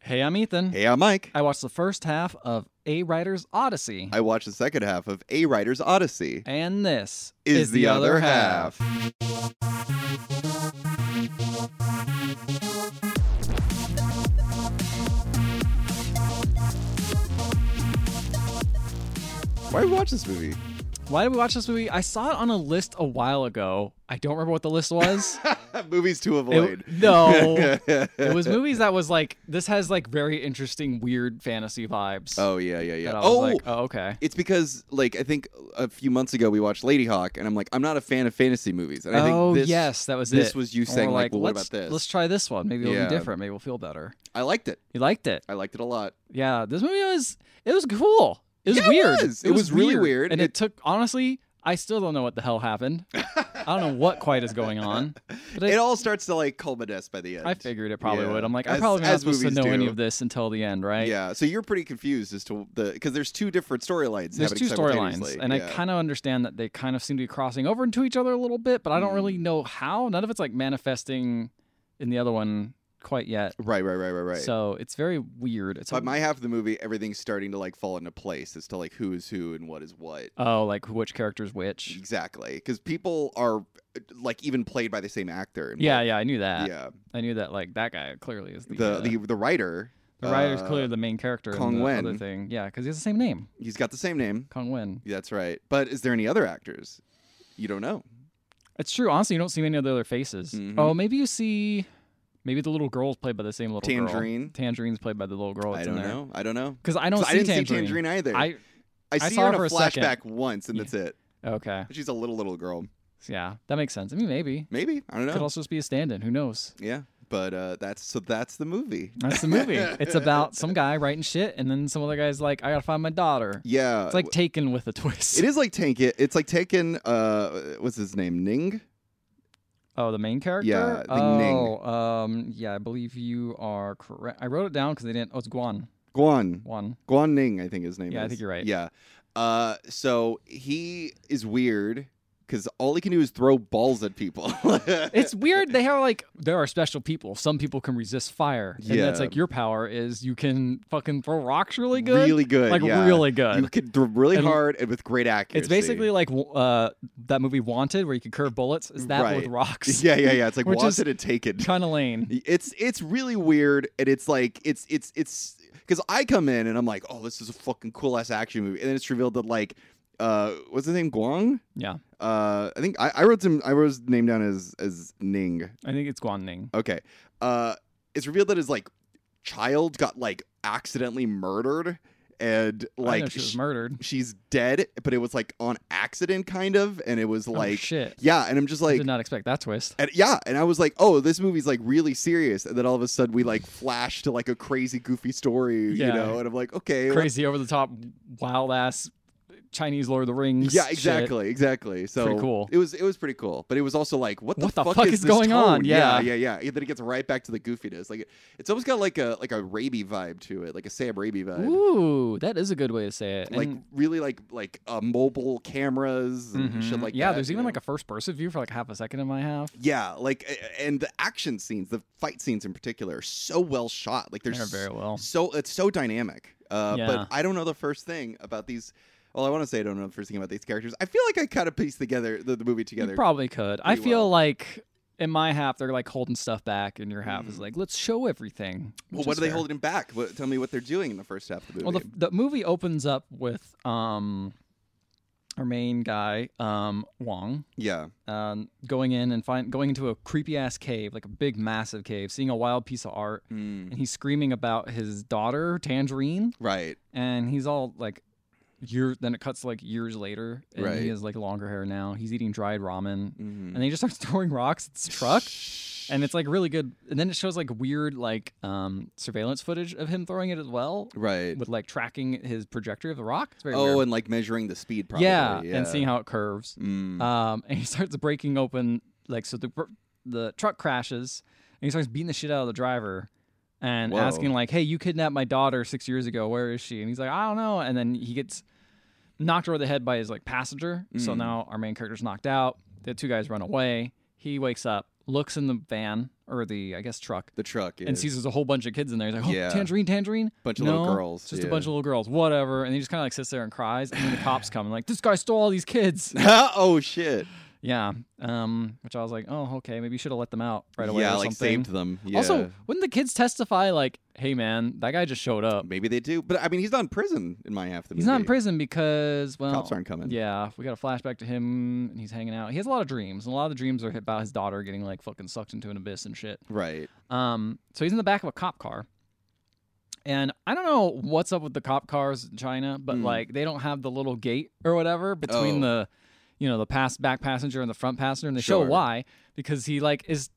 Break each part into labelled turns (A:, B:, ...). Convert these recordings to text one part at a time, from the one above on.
A: Hey, I'm Ethan.
B: Hey, I'm Mike.
A: I watched the first half of A Writer's Odyssey.
B: I watched the second half of A Writer's Odyssey.
A: and this
B: Is, the, other, half. Why watch this movie?
A: Why did we watch this movie? I saw it on a list a while ago. I don't remember what the list was.
B: Movies to avoid.
A: It- no. it was movies that was like, this has like very interesting, weird fantasy vibes.
B: Oh yeah, yeah, yeah.
A: That I was
B: Oh,
A: like, oh, okay.
B: it's because like I think a few months ago we watched Lady Hawk, and I'm like, I'm not a fan of fantasy movies, and I think
A: oh,
B: this,
A: yes, that was
B: this
A: it.
B: was you
A: And we're
B: saying like, well, what
A: let's-
B: about this?
A: Let's try this one. Maybe it'll
B: Yeah.
A: be different. Maybe we'll feel better.
B: I liked it.
A: You liked it.
B: I liked it a lot.
A: Yeah, this movie was it was cool. It was
B: Yeah, it
A: weird.
B: was. It was really weird.
A: and it,
B: It-
A: took honestly. I still don't know what the hell happened. I don't know what quite is going on. But
B: It
A: I,
B: all starts to like culminate by the end.
A: I figured it probably
B: Yeah.
A: would. I'm like, I'm
B: As-
A: probably not
B: as
A: supposed to
B: movies
A: know any
B: do.
A: of this until the end, right?
B: Yeah, so you're pretty confused as to the because there's two different storylines.
A: There's two
B: happening
A: storylines,
B: simultaneously.
A: and
B: Yeah.
A: I kind of understand that they kind of seem to be crossing over into each other a little bit, but I don't
B: Mm.
A: really know how. None of it's like manifesting in the other one quite yet.
B: right, right, right, right, right.
A: So it's very weird. It's a-
B: But my half of the movie, everything's starting to like fall into place as to like who is who and what is what.
A: oh, like which character's which?
B: Exactly, because people are like even played by the same actor. and
A: Yeah,
B: like-
A: yeah, I knew that.
B: yeah.
A: I knew that like that guy clearly is the
B: The
A: uh,
B: the the writer,
A: The writer's
B: uh,
A: clearly the main character
B: Kong
A: in the
B: Wen.
A: other thing. Yeah, because he has the same name,
B: He's got the same name.
A: Kong Wen.
B: That's right. But is there any other actors? You don't know.
A: It's true. Honestly, you don't see many of the other faces.
B: Mhm.
A: Oh, maybe you see. Maybe the little girl's played by the same little girl.
B: Tangerine?
A: Tangerine's played by the little girl.
B: I
A: That's
B: don't
A: in there.
B: know. I don't know.
A: Because I don't
B: 'Cause
A: see
B: I didn't
A: Tangerine.
B: see Tangerine either.
A: I
B: I
A: I
B: see
A: saw
B: her in
A: her
B: a
A: for a second.
B: flashback once, and
A: Yeah.
B: that's it.
A: okay.
B: She's a little little girl.
A: Yeah, that makes sense. I mean, maybe
B: Maybe I don't know.
A: could also just be a stand-in. Who knows?
B: Yeah, but uh, that's so that's the movie.
A: That's the movie. it's about some guy writing shit, and then some other guy's like, "I gotta find my daughter."
B: Yeah,
A: It's like Taken with a twist.
B: it is like taken. It's like taken. Uh, what's his name? Ning.
A: Oh, the main character.
B: Yeah, I
A: oh,
B: think Ning.
A: um, yeah, I believe you are correct. I wrote it down because they didn't. Oh, it's Guan.
B: Guan.
A: Guan.
B: Guan Ning. I think his name.
A: Yeah, I
B: is.
A: think you're right.
B: Yeah. Uh, so he is weird because all he can do is throw balls at people.
A: It's weird. They have like there are special people. Some people can resist fire, and that's
B: Yeah.
A: like your power is you can fucking throw rocks really good,
B: Really good.
A: like
B: yeah.
A: really
B: You
A: good.
B: can throw really
A: And-
B: hard and with great accuracy.
A: It's basically like uh, that movie Wanted, where you could curve bullets. Is that but with
B: Right.
A: rocks?
B: Yeah, yeah, yeah. It's like
A: Which is-
B: wanted and taken.
A: kind of lame.
B: It's it's really weird, and it's like it's it's it's because I come in and I'm like, oh, this is a fucking cool ass action movie, and then it's revealed that like, uh, what's his name, Guang?
A: Yeah,
B: Uh, I think I, I wrote some I wrote his name down as as Ning.
A: I think it's Guan Ning.
B: Okay, uh, it's revealed that his like child got like accidentally murdered, and
A: I know
B: like
A: she was
B: sh-
A: murdered.
B: she's dead, but it was like on accident, kind of, and it was
A: oh,
B: like.
A: shit.
B: yeah, and I'm just
A: I
B: like,
A: did not expect that twist.
B: and yeah, and I was like, "Oh, this movie's like really serious." And then all of a sudden, we like flash to like a crazy, goofy story,
A: Yeah.
B: you know. And I'm like, "Okay, what-
A: Crazy, over the top, wild ass Chinese Lord of the Rings.
B: yeah,
A: shit.
B: exactly, exactly." So
A: Pretty cool.
B: It was it was pretty cool, but it was also like, "What the,
A: What the
B: fuck,
A: fuck
B: is,
A: is
B: this
A: going
B: tone?
A: on? Yeah.
B: Yeah, yeah, yeah. And then it gets right back to the goofiness. Like it, it's almost got like a like a Raby vibe to it, like a Sam Raby vibe.
A: Ooh, that is a good way to say it.
B: Like
A: And-
B: really like like uh, mobile cameras and shit
A: Mhm.
B: like
A: yeah,
B: that.
A: there's
B: you
A: even
B: know?
A: like a first person view for like half a second in my half.
B: yeah, like a- and the action scenes, the fight scenes in particular, are so well shot. Like
A: They're
B: there's
A: very well.
B: so it's so dynamic. Uh,
A: Yeah.
B: But I don't know the first thing about these. Well, I want to say I don't know the first thing about these characters. I feel like I kind of pieced together the, the movie together.
A: You probably could. I
B: pretty
A: feel
B: well.
A: like in my half they're like holding stuff back, and your half is like, let's show everything.
B: Mm. well,
A: which
B: what
A: is
B: are they
A: fair.
B: holding back? What, tell me what they're doing in the first half of the movie.
A: Well, the, the movie opens up with um our main guy um Wong
B: yeah,
A: um going in and find going into a creepy ass cave, like a big massive cave, seeing a wild piece of art,
B: Mm,
A: and he's screaming about his daughter Tangerine.
B: right.
A: and he's all like year then it cuts to, like years later and
B: Right.
A: he has like longer hair now he's eating dried ramen
B: Mhm.
A: and then he just starts throwing rocks at this truck and it's like really good and then it shows like weird like um surveillance footage of him throwing it as well
B: Right.
A: with like tracking his trajectory of the rock it's very
B: Oh,
A: weird.
B: and like measuring the speed. Probably.
A: yeah,
B: Yeah,
A: and seeing how it curves
B: Mm.
A: um and he starts breaking open like so the br- the truck crashes and he starts beating the shit out of the driver and
B: Whoa.
A: asking like hey you kidnapped my daughter six years ago where is she and he's like i don't know and then he gets knocked over the head by his like passenger so
B: Mm.
A: now our main character's knocked out the two guys run away he wakes up looks in the van or the I guess truck
B: The truck is
A: and sees there's a whole bunch of kids in there. He's like, "Oh,
B: Yeah.
A: tangerine, tangerine."
B: bunch of little
A: No,
B: girls.
A: It's just
B: yeah.
A: a bunch of little girls, whatever. And he just kind of like sits there and cries. And then the cops come and like, this guy stole all these kids.
B: oh shit!
A: yeah. Um, which I was like, oh, okay, maybe you should have let them out right away.
B: yeah,
A: or
B: like
A: something.
B: saved them. Yeah.
A: Also, wouldn't the kids testify like, hey man, that guy just showed up.
B: maybe they do, but I mean, he's not in prison in my half the
A: He's
B: movie.
A: not in prison because well,
B: Cops aren't coming.
A: Yeah, we got a flashback to him and he's hanging out. He has a lot of dreams, and a lot of the dreams are about his daughter getting like fucking sucked into an abyss and shit.
B: Right.
A: Um, so he's in the back of a cop car. And I don't know what's up with the cop cars in China, but
B: Mm.
A: like they don't have the little gate or whatever between
B: Oh.
A: the you know, the pass back passenger and the front passenger and they
B: Sure.
A: show why because he like is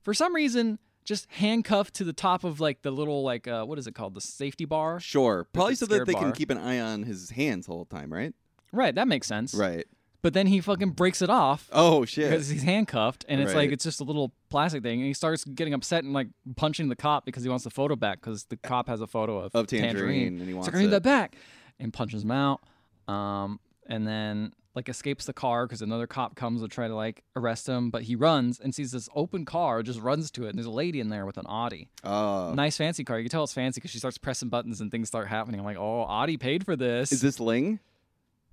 A: for some reason just handcuffed to the top of like the little like uh what is it called? The safety bar?
B: Sure. Probably
A: the
B: so that
A: scared
B: they can
A: bar.
B: keep an eye on his hands the whole time, right?
A: Right, that makes sense.
B: Right.
A: But then he fucking breaks it off
B: Oh shit.
A: because he's handcuffed and it's
B: Right.
A: like it's just a little plastic thing and he starts getting upset and like punching the cop because he wants the photo back because the cop has a photo of,
B: of tangerine, and he
A: He's
B: wants
A: like, I need
B: it.
A: that back. And punches him out. Um, and then like escapes the car because another cop comes to try to like arrest him, but he runs and sees this open car, just runs to it, and there's a lady in there with an Audi,
B: Oh.
A: nice fancy car. You can tell it's fancy because she starts pressing buttons and things start happening. I'm like, oh, Audi paid for this.
B: Is this Ling?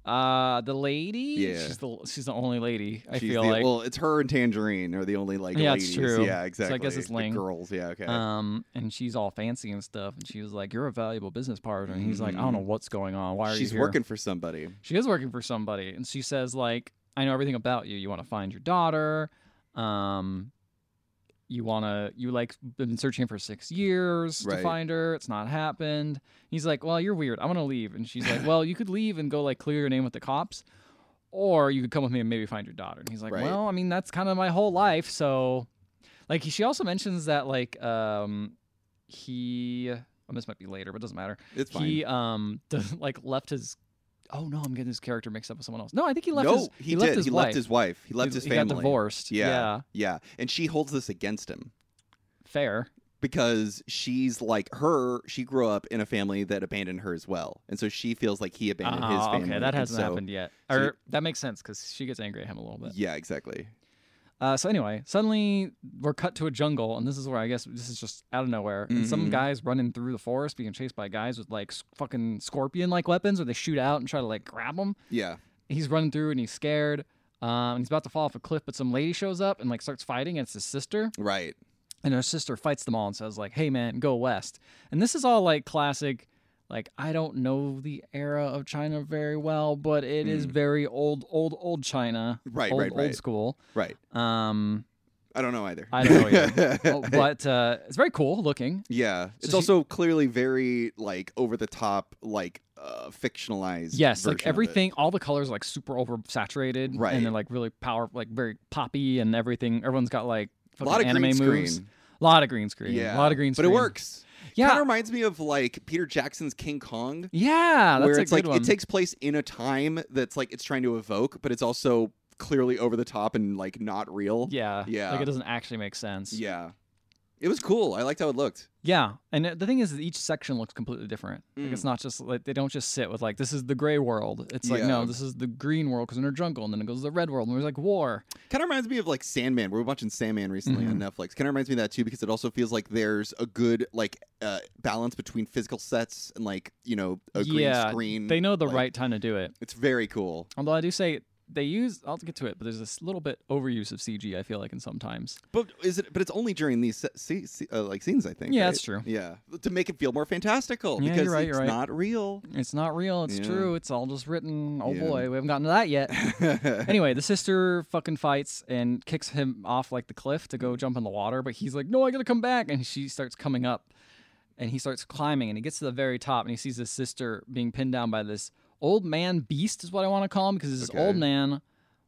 A: uh, the lady?
B: Yeah.
A: she's the she's the only lady. I
B: She's
A: feel
B: the,
A: like.
B: well, it's her and Tangerine are the only like
A: Yeah, it's
B: ladies.
A: true. So
B: Yeah,
A: I guess
B: exactly.
A: it's
B: The
A: Ling.
B: girls. Yeah, okay.
A: Um, and she's all fancy and stuff, and she was like, "You're a valuable business partner." And he's like, "I don't know what's going on. Why are you
B: Mm. She's
A: here?"
B: working for somebody.
A: she is working for somebody and she says like i know everything about you you want to find your daughter um you want to you like been searching for six years
B: Right.
A: to find her it's not happened he's like well you're weird i want to leave and she's like well you could leave and go like clear your name with the cops or you could come with me and maybe find your daughter and he's like
B: Right.
A: well i mean that's kind of my whole life so like she also mentions that like um he well, this might be later but it doesn't matter
B: It's fine.
A: he um does, like left his oh no i'm getting his character mixed up with someone else no i think he left
B: no,
A: his
B: he,
A: he,
B: did.
A: left his
B: he
A: wife
B: left his wife. He left
A: He-
B: his
A: he
B: family.
A: got divorced
B: Yeah.
A: yeah,
B: Yeah, and she holds this against him
A: fair
B: because she's like her. She grew up in a family that abandoned her as well, and so she feels like he abandoned his
A: Ah,
B: family.
A: okay that
B: and
A: hasn't
B: so-
A: happened yet
B: so
A: or
B: you-
A: that makes sense because she gets angry at him a little bit
B: Yeah, exactly.
A: uh, so anyway suddenly we're cut to a jungle and this is where i guess this is just out of nowhere and some
B: Mhm.
A: guys running through the forest being chased by guys with like s- fucking scorpion like weapons or they shoot out and try to like grab him
B: Yeah,
A: he's running through and he's scared um, and he's about to fall off a cliff but some lady shows up and like starts fighting and it's his sister
B: right.
A: and her sister fights them all and says like hey man go west and this is all like classic like i don't know the era of china very well but it is
B: Mm.
A: very old old old china
B: Right,
A: old
B: right, right.
A: old school
B: Right.
A: um
B: I don't know either.
A: I don't know oh, but uh it's very cool looking
B: yeah, it's
A: she-
B: also clearly very like over the top, like uh, fictionalized.
A: yes
B: version
A: like
B: of it.
A: everything all the colors are, like super over saturated
B: Right.
A: and they're like really power like very poppy and everything everyone's got like
B: A
A: fucking
B: lot of
A: anime
B: green
A: moves
B: screen.
A: a lot of green screen
B: Yeah,
A: a lot of green screen
B: but it works.
A: yeah
B: Kind of reminds me of like Peter Jackson's King Kong,
A: yeah that's
B: where
A: a
B: it's
A: good
B: like
A: one
B: it takes place in a time that's like it's trying to evoke, but it's also clearly over the top and like not real.
A: yeah
B: Yeah.
A: like it doesn't actually make sense
B: Yeah. It was cool. I liked how it looked.
A: Yeah, and it- the thing is, that each section looks completely different. Like
B: Mm.
A: it's not just like they don't just sit with like this is the gray world. It's like
B: Yeah.
A: no, this is the green world because in a jungle, and then it goes to the red world, and there's like war.
B: Kind of reminds me of like Sandman. We were watching Sandman recently on
A: Mm-hmm.
B: Netflix. Kind of reminds me of that too because it also feels like there's a good like uh, balance between physical sets and like, you know, a
A: Yeah,
B: green screen.
A: They know the
B: Mm, like,
A: right time to do it.
B: It's very cool.
A: Although I do say they use, I'll get to it, but there's this little bit overuse of CG. I feel like in sometimes.
B: But is it but it's only during these se- se- se- uh, like scenes I think.
A: Yeah,
B: right?
A: that's true.
B: Yeah. To make it feel more fantastical
A: Yeah, you're
B: because
A: right,
B: it's
A: you're right.
B: not real.
A: It's not real. It's
B: Yeah.
A: true. It's all just written. Oh
B: Yeah.
A: boy, we haven't gotten to that yet.
B: Uh-huh.
A: anyway, the sister fucking fights and kicks him off like the cliff to go
B: Mm-hmm.
A: jump in the water, but he's like, "No, I gotta come back!" And she starts coming up, and he starts climbing, and he gets to the very top, and he sees his sister being pinned down by this old man beast, is what I want to call him, because this
B: Okay.
A: old man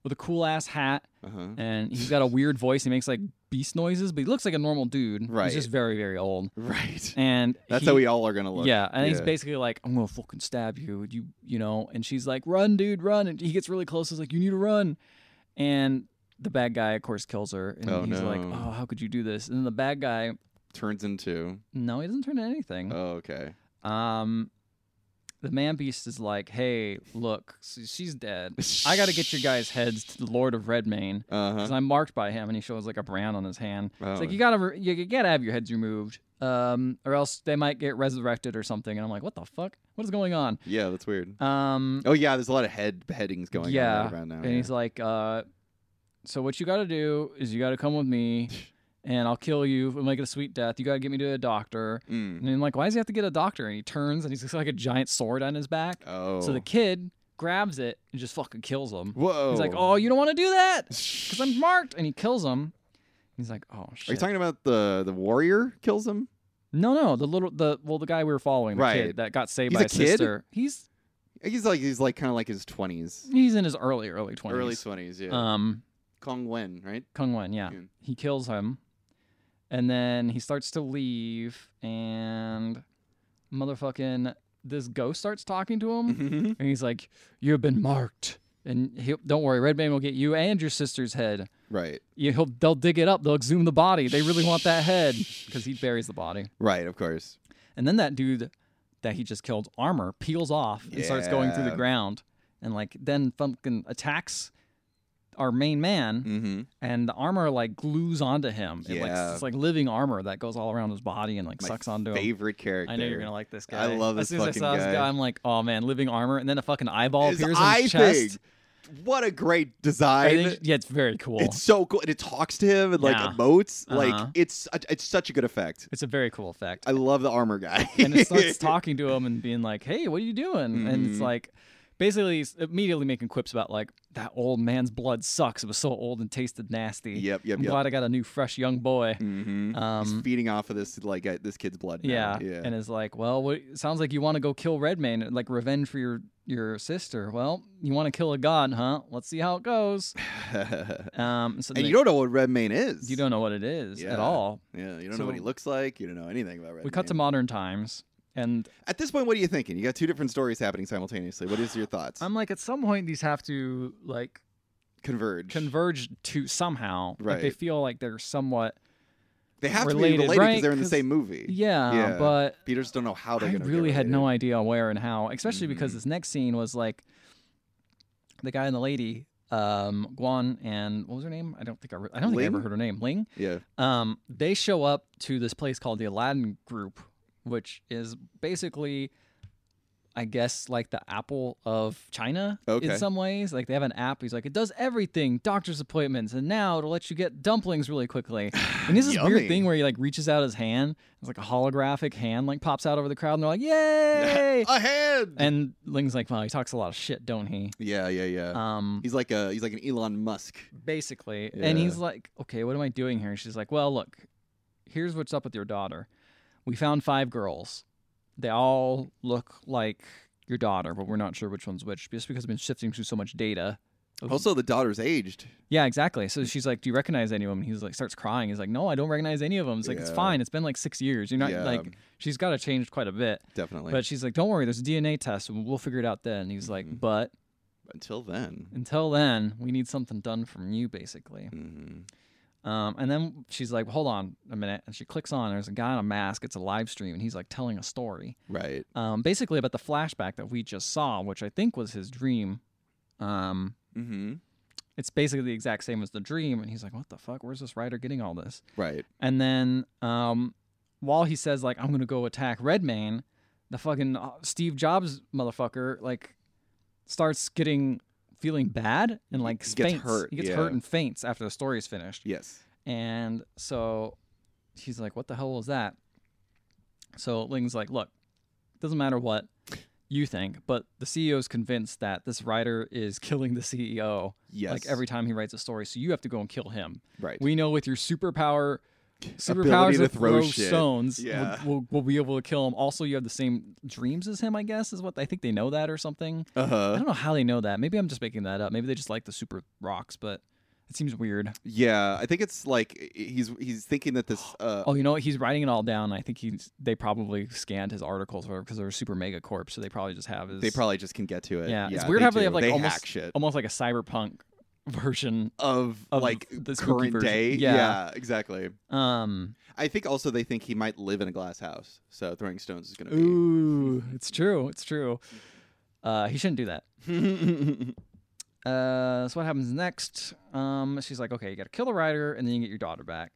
A: with a cool ass hat,
B: uh-huh.
A: and he's got a weird voice. He makes like beast noises, but he looks like a normal dude.
B: Right.
A: He's just very, very old,
B: Right.
A: and
B: That's
A: he,
B: how we all are going to look.
A: yeah, and he's
B: Yeah.
A: basically like, "I'm gonna fucking stab you," you you know. And she's like, "Run, dude, run!" And he gets really close. He's like, "You need to run," and the bad guy, of course, kills her. And
B: Oh,
A: he's like,
B: no.
A: "Oh, how could you do this?" And then the bad guy,
B: turns into
A: no, he doesn't turn into anything.
B: Oh, okay.
A: Um, the man beast is like, "Hey, look, s- she's dead. I got to get your guys' heads to the Lord of Redmain
B: Uh
A: because
B: huh.
A: I'm marked by him." And he shows like a brand on his hand. It's like
B: Oh.
A: you gotta, re- you, you gotta have your heads removed, um, or else they might get resurrected or something. And I'm like, "What the fuck? What is going on?"
B: Yeah, that's weird.
A: Um,
B: Oh yeah, there's a lot of head beheadings going
A: Yeah,
B: on right around now.
A: and he's like, uh, "So what you got to do is you got to come with me, and I'll kill you and make it a sweet death. You got to get me to a doctor."
B: yeah. Mm.
A: And I'm like, "Why does he have to get a doctor?" And he turns and he's got like a giant sword on his back.
B: Oh.
A: So the kid grabs it and just fucking kills him.
B: Whoa.
A: He's like, "Oh, you don't want to do that because
B: Because
A: I'm marked," and he kills him. He's like, "Oh shit!"
B: Are you talking about the the warrior kills him?
A: no, no, the little the well, the guy we were following, the
B: Right.
A: kid that got saved
B: He's
A: by
B: a
A: his
B: kid?
A: sister. He's
B: He's like he's like kind of like his twenties,
A: he's in his early early twenties.
B: early twenties. Yeah.
A: Um,
B: Kong Wen, right?
A: Kung Wen, yeah.
B: Yeah.
A: He kills him. And then he starts to leave and motherfucking this ghost starts talking to him
B: Mhm.
A: and he's like, "You've been marked." And he, don't worry, Redman will get you and your sister's head.
B: Right.
A: You, he'll, they'll dig it up. They'll exhume the body. They really want that head because he buries the body.
B: Right. Of course.
A: And then that dude that he just killed, armor, peels off and starts going through the
B: Yeah.
A: ground. And like then Pumpkin attacks our main man
B: Mm-hmm.
A: and the armor like glues onto him. It like
B: Yeah.
A: it's like living armor that goes all around his body and like sucks onto him.
B: favorite character.
A: I know you're gonna like this guy.
B: I love
A: as
B: this
A: soon as I
B: fucking
A: saw this
B: guy.
A: guy, I'm like, oh man, living armor, and then a fucking eyeball
B: His
A: appears on
B: eye
A: "Oh, his chest.
B: thing. What a great
A: I
B: design.
A: think- yeah, it's very cool.
B: It's
A: It's,
B: so cool, and it talks to him and like
A: Yeah.
B: emotes.
A: Uh-huh.
B: Like it's it's such a good effect.
A: a very cool effect.
B: I love the armor guy.
A: and it starts talking to him and being like, "Hey, what are you doing?" And it's
B: Mhm.
A: like, basically, he's immediately making quips about like that old man's blood sucks. It was so old and tasted nasty.
B: Yep, yep,
A: I'm
B: yep.
A: glad I got a new fresh young boy.
B: hmm
A: Um,
B: He's feeding off of this like uh, this kid's blood.
A: Yeah.
B: now. yeah.
A: And is like, well, what, it sounds like you want to go kill Redman, like revenge for your your sister. Well, you want to kill a god, huh? Let's see how it goes.
B: and,
A: Um, so then
B: you
A: they-
B: don't know what Redmayne is.
A: you don't know what it is
B: Yeah.
A: at all.
B: Yeah, you don't
A: So-
B: know what he looks like. You don't know anything about Redmayne.
A: We cut to modern times, and
B: At this point, what are you thinking? You got two different stories happening simultaneously. What is your thoughts?
A: I'm like, at some point, these have to like
B: Converge.
A: converge to somehow. Like they
B: Right.
A: feel like they're somewhat.
B: they have to
A: related,
B: be related because
A: right?
B: they're in the
A: 'Cause-
B: same movie.
A: Yeah,
B: Yeah.
A: but
B: Peters don't know how they're
A: I
B: going to.
A: really had no idea where and how, especially because
B: Mhm.
A: this next scene was like the guy and the lady, um, Guan and what was her name? I don't think I, re- I don't think I ever
B: Ling?
A: heard her name. Ling.
B: Yeah.
A: Um, they show up to this place called the Aladdin Group, which is basically, I guess, like the Apple of China in
B: Okay.
A: some ways. Like they have an app. He's like, it does everything, doctor's appointments, and now it'll let you get dumplings really quickly. And this is this weird
B: Yummy.
A: thing where he like reaches out his hand. It's like a holographic hand like pops out over the crowd, and they're like, yay!
B: A hand.
A: and Ling's like, wow, he talks a lot of shit, don't he?
B: yeah, yeah, yeah.
A: Um,
B: he's like a he's like an Elon Musk.
A: basically. And
B: Yeah.
A: he's like, okay, what am I doing here? And she's like, well, look, here's what's up with your daughter. We found five girls. They all look like your daughter, but we're not sure which one's which just because I've been shifting through so much data. Okay.
B: Also, the daughter's aged.
A: Yeah, exactly. So
B: Mm.
A: she's like, do you recognize any of them? And he's like, starts crying. He's like, no, I don't recognize any of them. It's like, it's
B: Yeah.
A: fine. It's been like six years. You're not
B: Yeah.
A: like, she's got to change quite a bit.
B: Definitely.
A: But she's like, don't worry, there's a DNA test. and We'll figure it out then. And he's like,
B: Mhm.
A: but
B: until then.
A: until then, we need something done from you, basically.
B: Mhm.
A: Um, and then she's like, "Hold on a minute," and she clicks on. There's a guy in a mask. It's a live stream, and he's like telling a story,
B: Right.
A: um, basically about the flashback that we just saw, which I think was his dream. Um,
B: Mm-hmm.
A: it's basically the exact same as the dream, and he's like, "What the fuck? Where's this writer getting all this?"
B: Right.
A: And then um, while he says like, "I'm gonna go attack Redmayne," the fucking uh, Steve Jobs motherfucker like starts getting feeling bad and like
B: He gets
A: faints.
B: hurt,
A: He gets
B: yeah.
A: hurt and faints after the story is finished.
B: Yes.
A: And so she's like, What the hell was that? So Ling's like, Look, doesn't matter what you think, but the CEO's convinced that this writer is killing the CEO
B: Yes.
A: like every time he writes a story, so you have to go and kill him.
B: right.
A: We know with your superpower superpowers
B: Ability
A: to
B: to
A: throw,
B: throw shit.
A: stones,
B: Yeah.
A: we'll, we'll, we'll be able to kill him. Also, you have the same dreams as him, I guess, is what I think they know that or something.
B: uh
A: I
B: huh.
A: don't know how they know that. Maybe I'm just making that up. Maybe they just like the super rocks, but it seems weird.
B: Yeah, I think it's like i- he's he's thinking that this. Uh,
A: Oh, you know what? He's writing it all down. I think he's. They probably scanned his articles because they're super mega corp, so they probably just have his.
B: they probably just can get to it.
A: Yeah,
B: Yeah,
A: it's weird
B: they
A: how they
B: do.
A: have, like,
B: they
A: almost-
B: hack shit.
A: almost like a cyberpunk version
B: of,
A: Of
B: like
A: the spooky
B: current
A: version.
B: day.
A: Yeah.
B: exactly.
A: um
B: I think also they think he might live in a glass house, so throwing stones is going to
A: ooh it's true it's true uh he shouldn't do that
B: be.
A: Uh, so what happens next? Um, she's like, okay, you gotta kill the rider, and then you get your daughter back.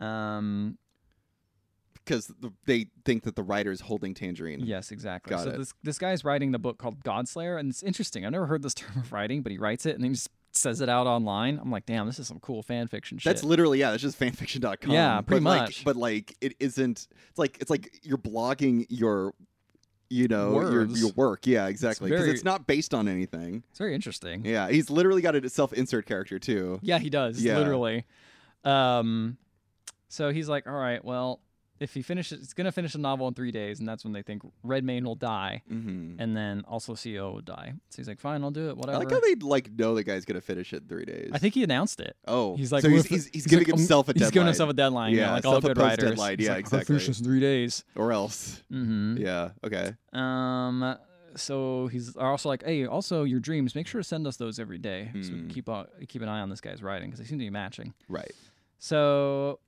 A: Um,
B: Because the, they think that the writer is holding Tangerine.
A: yes, exactly.
B: Got
A: so
B: it.
A: this this guy's writing the book called Godslayer, and it's interesting. I've never heard this term of writing, but he writes it and then he just says it out online. I'm like, damn, this is some cool fan fiction shit.
B: That's literally yeah. That's just fanfiction.com.
A: Yeah, pretty
B: but like-
A: much.
B: but like, it isn't. It's like it's like you're blogging your, you know,
A: Words.
B: your your work. Yeah, exactly. Because
A: very-
B: it's not based on anything.
A: it's very interesting. Yeah,
B: Yeah, he's literally got a self-insert character too.
A: he does
B: Yeah.
A: literally. Um, so he's like, all right, well, if he finishes, he's gonna finish the novel in three days, and that's when they think Redmayne will die,
B: hmm
A: and then also CEO will die. So he's like, fine, I'll do it,
B: I
A: whatever.
B: like how they like know the guy's gonna finish it in three days.
A: I think he announced it.
B: Oh,
A: He's like,
B: so
A: we're
B: he's,
A: fi-
B: he's, he's,
A: he's
B: giving
A: like, um,
B: himself a deadline.
A: He's giving himself a deadline. Yeah,
B: Yeah,
A: like all good
B: self-imposed
A: writers.
B: deadline,
A: He's
B: yeah,
A: like, "I'll finish
B: exactly. Mm-hmm.
A: this in three days.
B: or else.
A: hmm
B: Yeah. Okay.
A: Um. So he's are also like, hey, also your dreams. Make sure to send us those every day. So we can
B: Mm.
A: keep uh, keep an eye on this guy's writing because they seem to be matching.
B: Right.
A: So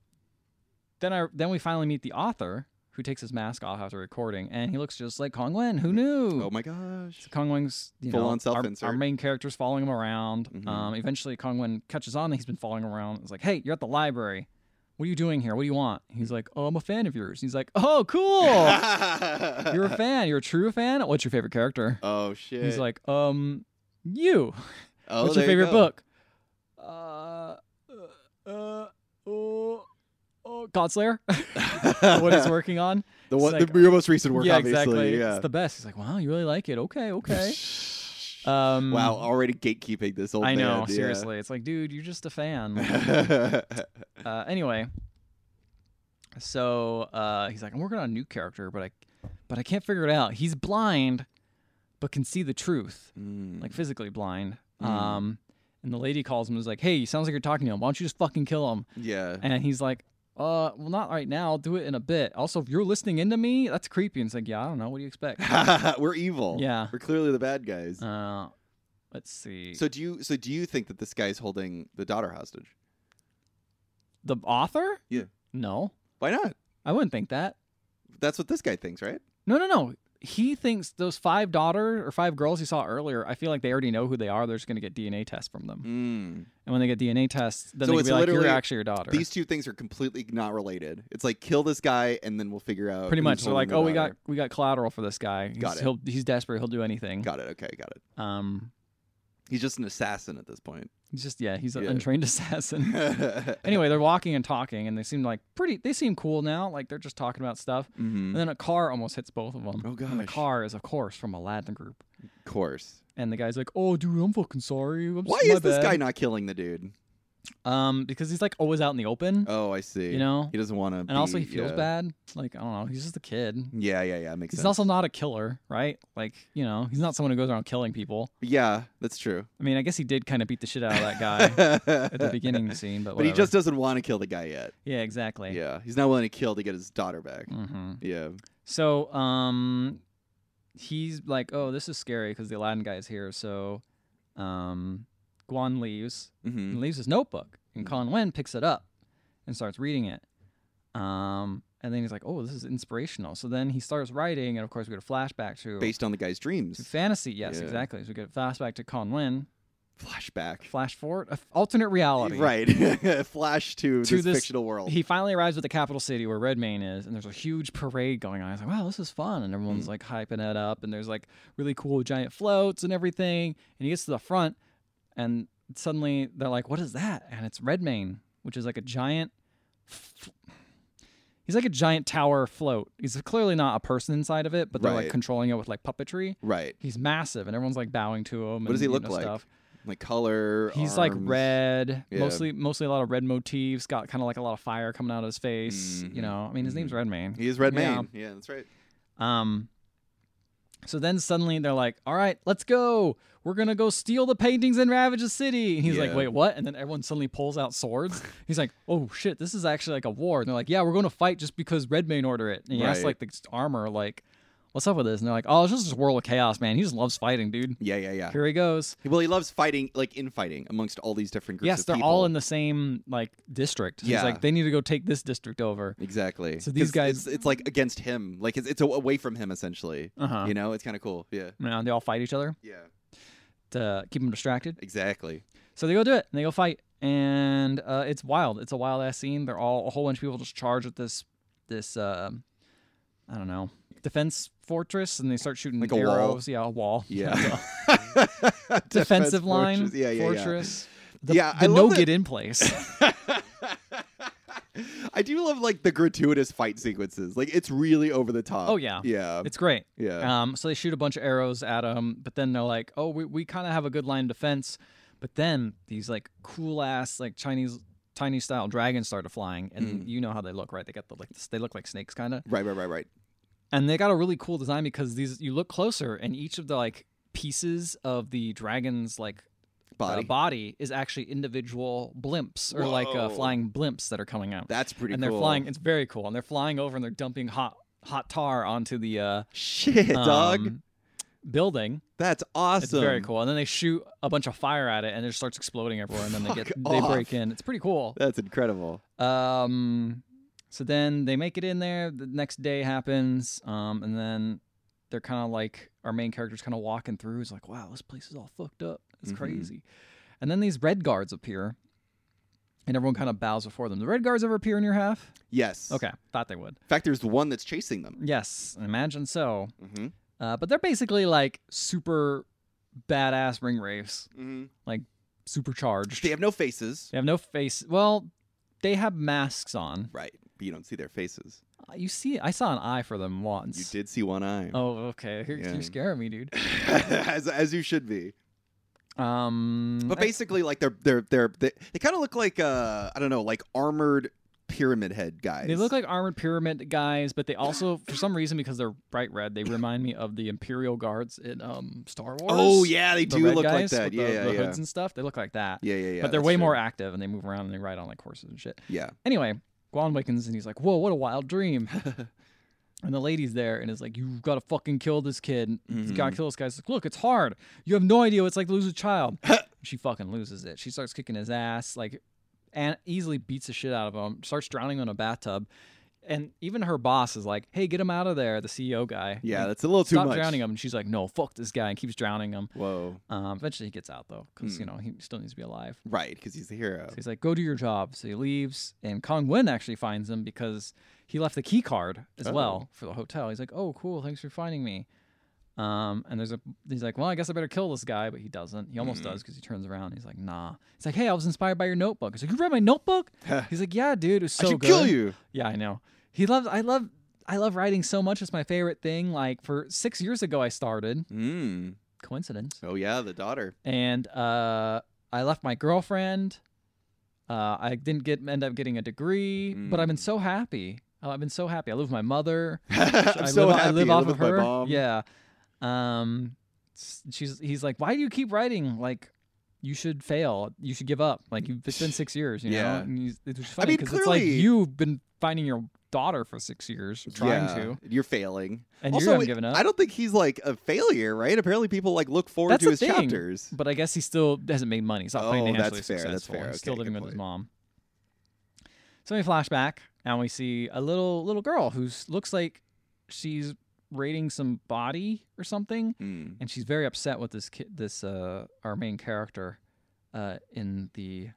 A: then I then we finally meet the author who takes his mask off after recording, and he looks just like Kong Wen. Who knew?
B: Oh my gosh.
A: So Kong Wen's you
B: Full
A: know
B: on
A: our,
B: self-insert.
A: our main character's following him around.
B: Mhm.
A: Um, eventually Kong Wen catches on that he's been following him around. It's like, hey, you're at the library. What are you doing here? What do you want? He's like, oh, I'm a fan of yours. He's like, oh, cool. you're a fan. You're a true fan. What's your favorite character?
B: oh shit.
A: He's like, um, you.
B: oh,
A: What's your
B: there you
A: favorite
B: go.
A: book? Uh, uh, uh, oh, oh, Godslayer. what he's working on.
B: The
A: It's
B: one,
A: like-
B: the, your most recent work,
A: yeah,
B: obviously.
A: exactly.
B: Yeah.
A: It's the best. He's like, wow, you really like it. Okay, okay. Um,
B: wow, already gatekeeping this old
A: I know,
B: man, yeah.
A: seriously. It's like, dude, you're just a fan. uh, anyway, so uh, he's like, I'm working on a new character, but I, but I can't figure it out. He's blind, but can see the truth,
B: Mm.
A: like physically blind.
B: Mm.
A: Um, and the lady calls him and is like, Hey, sounds like you're talking to him. Why don't you just fucking kill him?
B: yeah.
A: And he's like, Uh, well, not right now. I'll do it in a bit. Also, if you're listening into me, that's creepy. And it's like, Yeah, I don't know. What do you expect?
B: We're evil.
A: yeah.
B: We're clearly the bad guys.
A: Uh, let's see.
B: so do you so do you think that this guy's holding the daughter hostage?
A: the author?
B: Yeah.
A: No,
B: Why not?
A: I wouldn't think that.
B: That's what this guy thinks, right?
A: No, no, no. He thinks those five daughter or five girls he saw earlier. I feel like they already know who they are. They're just going to get DNA tests from them,
B: Mm.
A: and when they get DNA tests, then they
B: So
A: can
B: it's
A: be like, "You're
B: literally
A: actually your daughter."
B: These two things are completely not related. It's like kill this guy and then we'll figure out.
A: Pretty
B: who's
A: much, they're
B: holding
A: like,
B: the
A: "Oh, we got
B: daughter."
A: we got collateral for this guy. He's,
B: Got it.
A: He'll, he's desperate. He'll do anything."
B: Got it. Okay, got it.
A: Um,
B: He's just an assassin at this point.
A: he's just yeah, he's an
B: Yeah.
A: untrained assassin. anyway, they're walking and talking, and they seem like pretty. They seem cool now. Like they're just talking about stuff.
B: Mhm.
A: And then a car almost hits both of them.
B: Oh
A: And the
B: gosh.
A: car is, of course, from Aladdin Group.
B: Of course.
A: And the guy's like, "Oh, dude, I'm fucking sorry. I'm s-
B: Why
A: my
B: is this
A: bad."
B: guy not killing the dude?
A: Um, because he's like always out in the open.
B: Oh, I see.
A: You know?
B: he doesn't want to.
A: And also, he feels bad. Like, I don't know. He's just a kid.
B: Yeah, yeah, yeah. Makes
A: He's
B: sense.
A: also not a killer, right? Like, you know, he's not someone who goes around killing people.
B: yeah, that's true.
A: I mean, I guess he did kind of beat the shit out of that guy at the beginning scene, but
B: but he
A: whatever.
B: just doesn't want to kill the guy yet.
A: yeah, exactly.
B: Yeah, he's not willing to kill to get his daughter back.
A: hmm
B: Yeah.
A: So, um, he's like, oh, this is scary because the Aladdin guy's here. So, um, Guan leaves
B: hmm
A: and leaves his notebook, and
B: Mhm.
A: Con Wen picks it up and starts reading it. Um, and then he's like, "Oh, this is inspirational." So then he starts writing, and of course, we get a flashback to,
B: Based on the guy's
A: to
B: dreams.
A: fantasy. Yes,
B: Yeah.
A: exactly. So we get a flashback to Con Wen,
B: Flashback.
A: flash forward, a f- alternate reality.
B: Right. Flash to,
A: To
B: this,
A: this-
B: fictional world.
A: He finally arrives at the capital city where Redmayne is, and there's a huge parade going on. He's like, "Wow, this is fun!" And
B: Mm.
A: everyone's like hyping it up, and there's like really cool giant floats and everything. And he gets to the front, and suddenly they're like, "What is that?" And it's Redmayne, which is like a giant. F- He's like a giant tower float. He's clearly not a person inside of it, but they're like
B: Right.
A: controlling it with like puppetry.
B: right.
A: He's massive, and everyone's like bowing to him.
B: What
A: and,
B: does he
A: you
B: look
A: know,
B: like?
A: Stuff.
B: Like color.
A: He's like
B: arms.
A: red,
B: Yeah.
A: mostly mostly a lot of red motifs. Got kind of like a lot of fire coming out of his face. You
B: Mhm.
A: know, I mean, his name's Redmayne.
B: He is red
A: Yeah.
B: man. Yeah. that's right.
A: Um, so then suddenly they're like, "All right, let's go. We're gonna go steal the paintings and ravage the city." And he's like,
B: Yeah.
A: "Wait, what?" And then everyone suddenly pulls out swords. he's like, "Oh shit, this is actually like a war." And they're like, "Yeah, we're going to fight just because Redmayne ordered it." And he has
B: Right.
A: like the armor, like, what's up with this? And they're like, oh, it's just this world of chaos, man. He just loves fighting, dude.
B: Yeah, yeah, yeah.
A: Here he goes.
B: Well, he loves fighting, like infighting amongst all these different groups.
A: yes,
B: of
A: they're all
B: people.
A: in the same like district. He's
B: Yeah.
A: like, they need to go take this district over.
B: Exactly.
A: So these
B: 'Cause
A: guys-
B: it's, it's like against him. Like it's it's a- away from him essentially.
A: Uh huh.
B: You know, it's kind of cool. Yeah.
A: And they all fight each other
B: Yeah.
A: to keep them distracted.
B: Exactly.
A: So they go do it and they go fight, and uh, it's wild. It's a wild ass scene. They're all a whole bunch of people just charge at this this uh, I don't know defense fortress, and they start shooting
B: Like a wall?
A: arrows. Yeah, a wall.
B: Yeah. Defense
A: defensive line
B: fortress. Yeah, yeah,
A: fortress. The,
B: Yeah,
A: the
B: I
A: no
B: love that-
A: get in place.
B: yeah. I do love like the gratuitous fight sequences. Like it's really over the top.
A: Oh, yeah.
B: Yeah.
A: it's great.
B: yeah.
A: Um, so they shoot a bunch of arrows at him, but then they're like, "Oh, we, we kind of have a good line of defense." But then these like cool ass like Chinese tiny style dragons started flying,
B: Mm.
A: and you know how they look, right? They got the like s- they look like snakes kind of,
B: right, right, right, right.
A: and they got a really cool design because these you look closer, and each of the like pieces of the dragon's like uh,
B: Body.
A: body is actually individual blimps or like uh,
B: Whoa.
A: flying blimps that are coming out,
B: That's pretty
A: and
B: cool.
A: they're flying. It's very cool, and they're flying over and they're dumping hot hot tar onto the uh,
B: Shit, dog.
A: um, building.
B: That's awesome.
A: It's very cool. And then they shoot a bunch of fire at it, and it just starts exploding everywhere. And then they get
B: Fuck
A: they
B: off.
A: break in. It's pretty cool.
B: That's incredible.
A: Um, so then they make it in there. The next day happens. Um, and then they're kind of like our main character's kind of walking through. He's like, "Wow, this place is all fucked up. It's
B: Mhm.
A: crazy." And then these red guards appear, and everyone kind of bows before them. The red guards ever appear in your half?
B: Yes.
A: Okay, thought they would.
B: In fact, there's one that's chasing them.
A: Yes, imagine so.
B: Mm-hmm.
A: Uh, but they're basically like super badass ring raves,
B: Mm-hmm.
A: supercharged.
B: They have no faces.
A: They have no face. Well, they have masks on.
B: Right. But you don't see their faces.
A: Uh, You see, I saw an eye for them once.
B: You did see one eye.
A: Oh, okay. You're,
B: Yeah.
A: you're scaring me, dude.
B: as, as you should
A: Mm-hmm.
B: be.
A: Um,
B: But
A: I-
B: basically, like they're they're they're they, they kind of look like uh I don't know like armored pyramid head guys.
A: they look like armored pyramid guys, but they also, for some reason, because they're bright red, they remind me of the Imperial guards in um Star Wars.
B: oh yeah, they
A: the
B: do
A: red
B: look like
A: guys
B: that.
A: with
B: Yeah,
A: the,
B: yeah,
A: the
B: yeah.
A: hoods and stuff. They look like that.
B: yeah, yeah, yeah.
A: but they're
B: that's
A: way
B: true.
A: more active and they move around and they ride on like horses and shit.
B: Yeah,
A: Anyway, Guan wakens and he's like, "Whoa, what a wild dream!" and the lady's there and is like, "You gotta fucking kill this kid. You
B: Mm-hmm.
A: gotta kill this guy." He's like, "Look, it's hard. You have no idea what it's like to lose a child." she fucking loses it. She starts kicking his ass, like, and easily beats the shit out of him. Starts drowning in a bathtub, and even her boss is like, "Hey, get him out of there." The CEO guy.
B: yeah.
A: Like,
B: That's a little too
A: Stop
B: much.
A: drowning him. And she's like, no, fuck this guy. And keeps drowning him.
B: Whoa.
A: Um, eventually he gets out, though, because, you
B: Hmm.
A: know, he still needs to be alive.
B: Right, because he's the hero.
A: So he's like, go do your job. So he leaves, and Kong Wen actually finds him because he left the key card as
B: Oh.
A: well for the hotel. He's like, oh, cool, thanks for finding me. Um, and there's a he's like, well, I guess I better kill this guy, but he doesn't. He almost
B: Mm-hmm.
A: does because he turns around. And he's like, nah. He's like, hey, I was inspired by your notebook. He's like, you read my notebook? he's like, yeah, dude, it was so
B: I should
A: good.
B: kill you.
A: Yeah, I know. He loves. I love. I love writing so much. It's my favorite thing. Like for six years ago, I started.
B: Mm.
A: Coincidence
B: Oh yeah, the daughter.
A: and uh, I left my girlfriend. Uh, I didn't get end up getting a degree, but I've been
B: Mm.
A: so happy. Oh, I've been so happy. I live with my mother.
B: I'm
A: I
B: so
A: live,
B: happy.
A: I live off
B: with
A: of
B: my
A: her.
B: mom.
A: Yeah. Um, s- she's he's like, why do you keep writing? Like, you should fail. You should give up. Like, you've it's been six years. You know.
B: Yeah.
A: And he's- it was funny
B: mean,
A: because it's like
B: clearly-
A: you've been finding your daughter for six years, trying
B: Yeah,
A: to,
B: You're failing.
A: and
B: also,
A: you haven't given up.
B: I don't think he's like a failure, right? Apparently, people like look forward
A: That's
B: to
A: the
B: his
A: thing.
B: chapters.
A: But I guess he still hasn't made money. He's not
B: Oh,
A: financially
B: that's fair, that's
A: successful.
B: fair.
A: He's still
B: Okay,
A: living
B: good
A: with his
B: point.
A: mom. So we flash back and we see a little little girl who looks like she's raiding some body or something,
B: Mm.
A: and she's very upset with this kid, this uh, our main character, uh, in the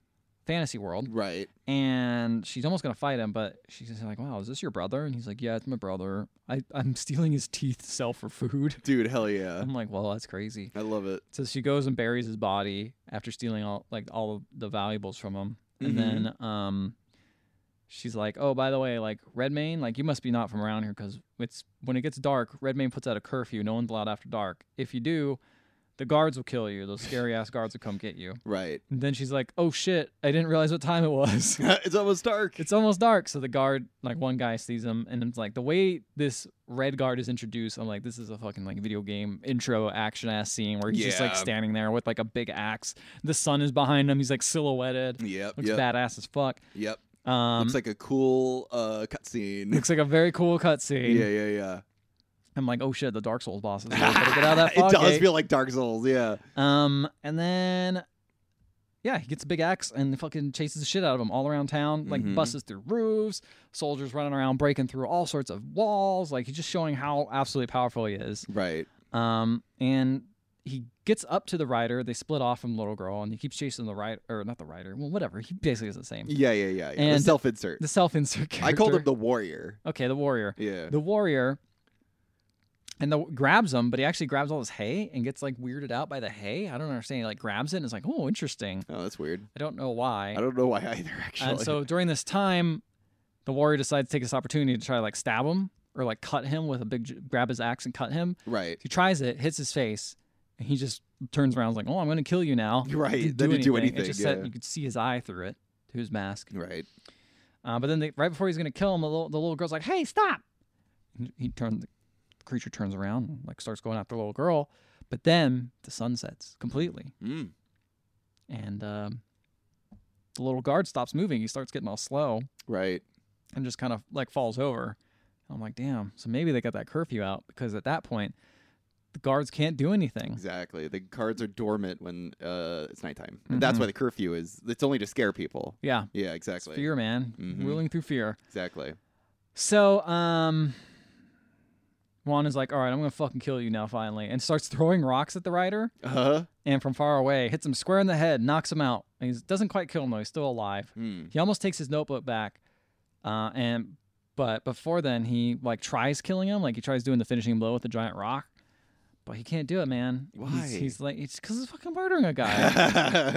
A: fantasy world,
B: Right.
A: and she's almost gonna fight him, but she's just like, "Wow, is this your brother?" And he's like, "Yeah, it's my brother. I I'm stealing his teeth to sell for food."
B: Dude, hell yeah.
A: I'm like, "Well, that's crazy."
B: I love it.
A: So she goes and buries his body after stealing all like all of the valuables from him.
B: Mhm.
A: And then um she's like, "Oh, by the way, like Redmayne, like you must be not from around here cuz it's when it gets dark, Redmayne puts out a curfew. No one's allowed after dark. If you do, the guards will kill you. Those scary ass guards will come get you."
B: Right.
A: And then she's like, "Oh shit, I didn't realize what time it was."
B: it's almost dark.
A: It's almost dark, so the guard, like one guy sees him, and it's like the way this red guard is introduced. I'm like, this is a fucking like video game intro action ass scene where he's just like
B: Yeah.
A: standing there with like a big axe. The sun is behind him. He's like silhouetted.
B: Yep.
A: Looks
B: yep.
A: badass as fuck.
B: Yep.
A: Um,
B: looks like a cool uh, cutscene.
A: looks like a very cool
B: yeah,
A: cutscene.
B: yeah, yeah.
A: I'm like, oh shit, the Dark Souls boss is here. Better get out of that eh?
B: it does
A: foggy.
B: feel like Dark Souls, yeah.
A: Um, and then, yeah, he gets a big axe and fucking chases the shit out of him all around town. Like
B: Mhm.
A: buses through roofs, soldiers running around breaking through all sorts of walls. Like he's just showing how absolutely powerful he is.
B: Right.
A: Um, and he gets up to the rider. They split off from little girl, and he keeps chasing the rider, or not the rider. Well, whatever. He basically is the same.
B: Yeah, yeah, yeah. yeah. the
A: And-
B: self insert.
A: The self-insert character.
B: I called him the warrior.
A: okay, the warrior.
B: Yeah.
A: The warrior. And the grabs him, but he actually grabs all his hay and gets like weirded out by the hay. I don't understand. He like grabs it and is like, oh, interesting.
B: Oh, that's weird.
A: I don't know why.
B: I don't know why either, actually.
A: and so during this time, the warrior decides to take this opportunity to try to like stab him or like cut him with a big j- grab his axe and cut him.
B: right.
A: He tries it, hits his face, and he just turns around and is like, "Oh, I'm going to kill you now."
B: Right,
A: Didn't
B: that didn't do anything,
A: It just
B: yeah.
A: said you could see his eye through it, through his mask.
B: Right.
A: Uh, but then they, right before he's going to kill him, the little, the little girl's like, "Hey, stop!" And he turns. The creature turns around, and, like starts going after the little girl. But then the sun sets completely
B: Mm.
A: and um, the little guard stops moving. He starts getting all slow
B: Right.
A: and just kind of like falls over. I'm like, damn. So maybe they got that curfew out because at that point, the guards can't do anything.
B: Exactly. The cards are dormant when uh, it's nighttime. And
A: Mm-hmm.
B: that's why the curfew is. It's only to scare people.
A: Yeah,
B: Yeah, exactly.
A: fear, man,
B: Mhm.
A: ruling through fear.
B: Exactly.
A: So, um, Juan is like, all right, I'm gonna fucking kill you now, finally, and starts throwing rocks at the rider.
B: Uh huh.
A: And from far away, hits him square in the head, knocks him out. And he doesn't quite kill him though; he's still alive.
B: Hmm.
A: he almost takes his notebook back uh, and but before then he like tries killing him like he tries doing the finishing blow with the giant rock but he can't do it man
B: Why?
A: he's, he's like it's because he's fucking murdering a guy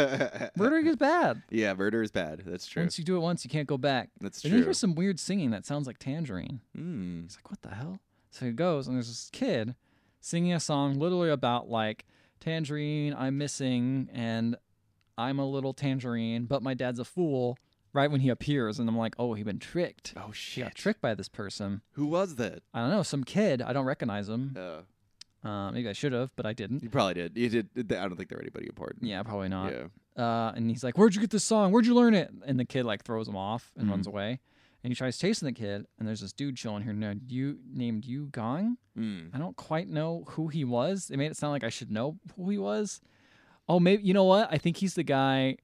A: murdering is bad
B: yeah, murder is bad. That's true.
A: once you do it once you can't go back
B: That's
A: and then you hear
B: true.
A: some weird singing that sounds like tangerine
B: Hmm.
A: he's like what the hell so he goes and there's this kid singing a song literally about like tangerine i'm missing and i'm a little tangerine but my dad's a fool right when he appears and i'm like oh he been tricked
B: Oh
A: she
B: shit!
A: got tricked by this person.
B: Who was that?
A: I don't know, some kid. I don't recognize him.
B: Uh,
A: Uh, maybe I should have, but I didn't.
B: you probably did. You did. I don't think there were anybody important.
A: Yeah, probably not.
B: Yeah.
A: Uh, and he's like, "Where'd you get this song? Where'd you learn it?" And the kid like throws him off and
B: Mhm.
A: runs away. And he tries chasing the kid. And there's this dude chilling here named you named Yu Gong.
B: Mm.
A: I don't quite know who he was. They made it sound like I should know who he was. Oh, maybe you know what? I think he's the guy,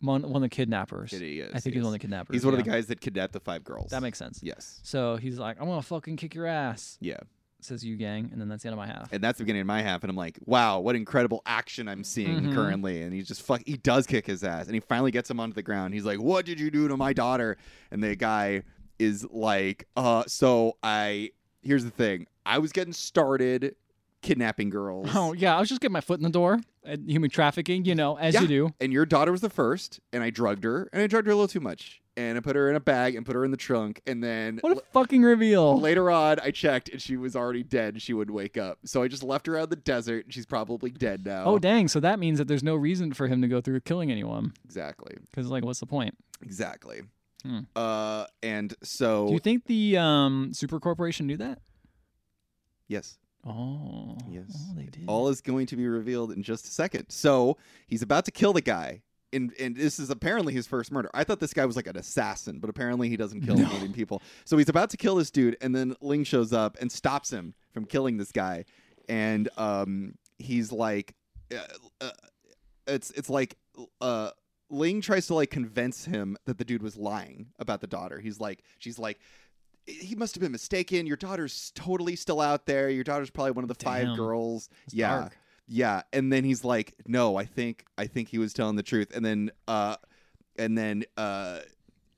A: one, one of the kidnappers.
B: It is,
A: I think
B: yes.
A: he's one of the kidnappers.
B: He's one of
A: yeah.
B: the guys that kidnapped the five girls.
A: That makes sense.
B: yes.
A: So he's like, "I'm gonna fucking kick your ass,"
B: Yeah,
A: says Yu Gang, and then that's the end of my half.
B: and that's the beginning of my half, and I'm like, wow, what incredible action I'm seeing
A: Mhm.
B: currently. And he just fuck, he does kick his ass, and he finally gets him onto the ground. He's like, what did you do to my daughter? And the guy is like, uh, so I here's the thing, I was getting started kidnapping girls.
A: Oh yeah, I was just getting my foot in the door at human trafficking, you know, as
B: Yeah.
A: you do.
B: and your daughter was the first, and I drugged her, and I drugged her a little too much, and I put her in a bag and put her in the trunk, and then
A: What a fucking reveal.
B: later on I checked and she was already dead. She would wake up, so I just left her out in the desert. and She's probably dead now.
A: Oh dang, so that means that there's no reason for him to go through killing anyone
B: exactly,
A: cuz like what's the point?
B: exactly.
A: Hmm.
B: Uh, and so
A: Do you think the um super corporation knew that?
B: yes,
A: Oh.
B: Yes.
A: Oh, they did.
B: all is going to be revealed in just a second. So he's about to kill the guy. And, and this is apparently his first murder. I thought this guy was like an assassin, but apparently he doesn't kill a
A: No.
B: million people. So he's about to kill this dude, and then Ling shows up and stops him from killing this guy. And um, he's like, uh, uh, it's it's like uh, Ling tries to like convince him that the dude was lying about the daughter. He's like, she's like, he must have been mistaken. Your daughter's totally still out there. Your daughter's probably one of the five
A: Damn.
B: girls.
A: It's
B: yeah.
A: dark.
B: Yeah, and then he's like, "No, I think I think he was telling the truth." And then uh and then uh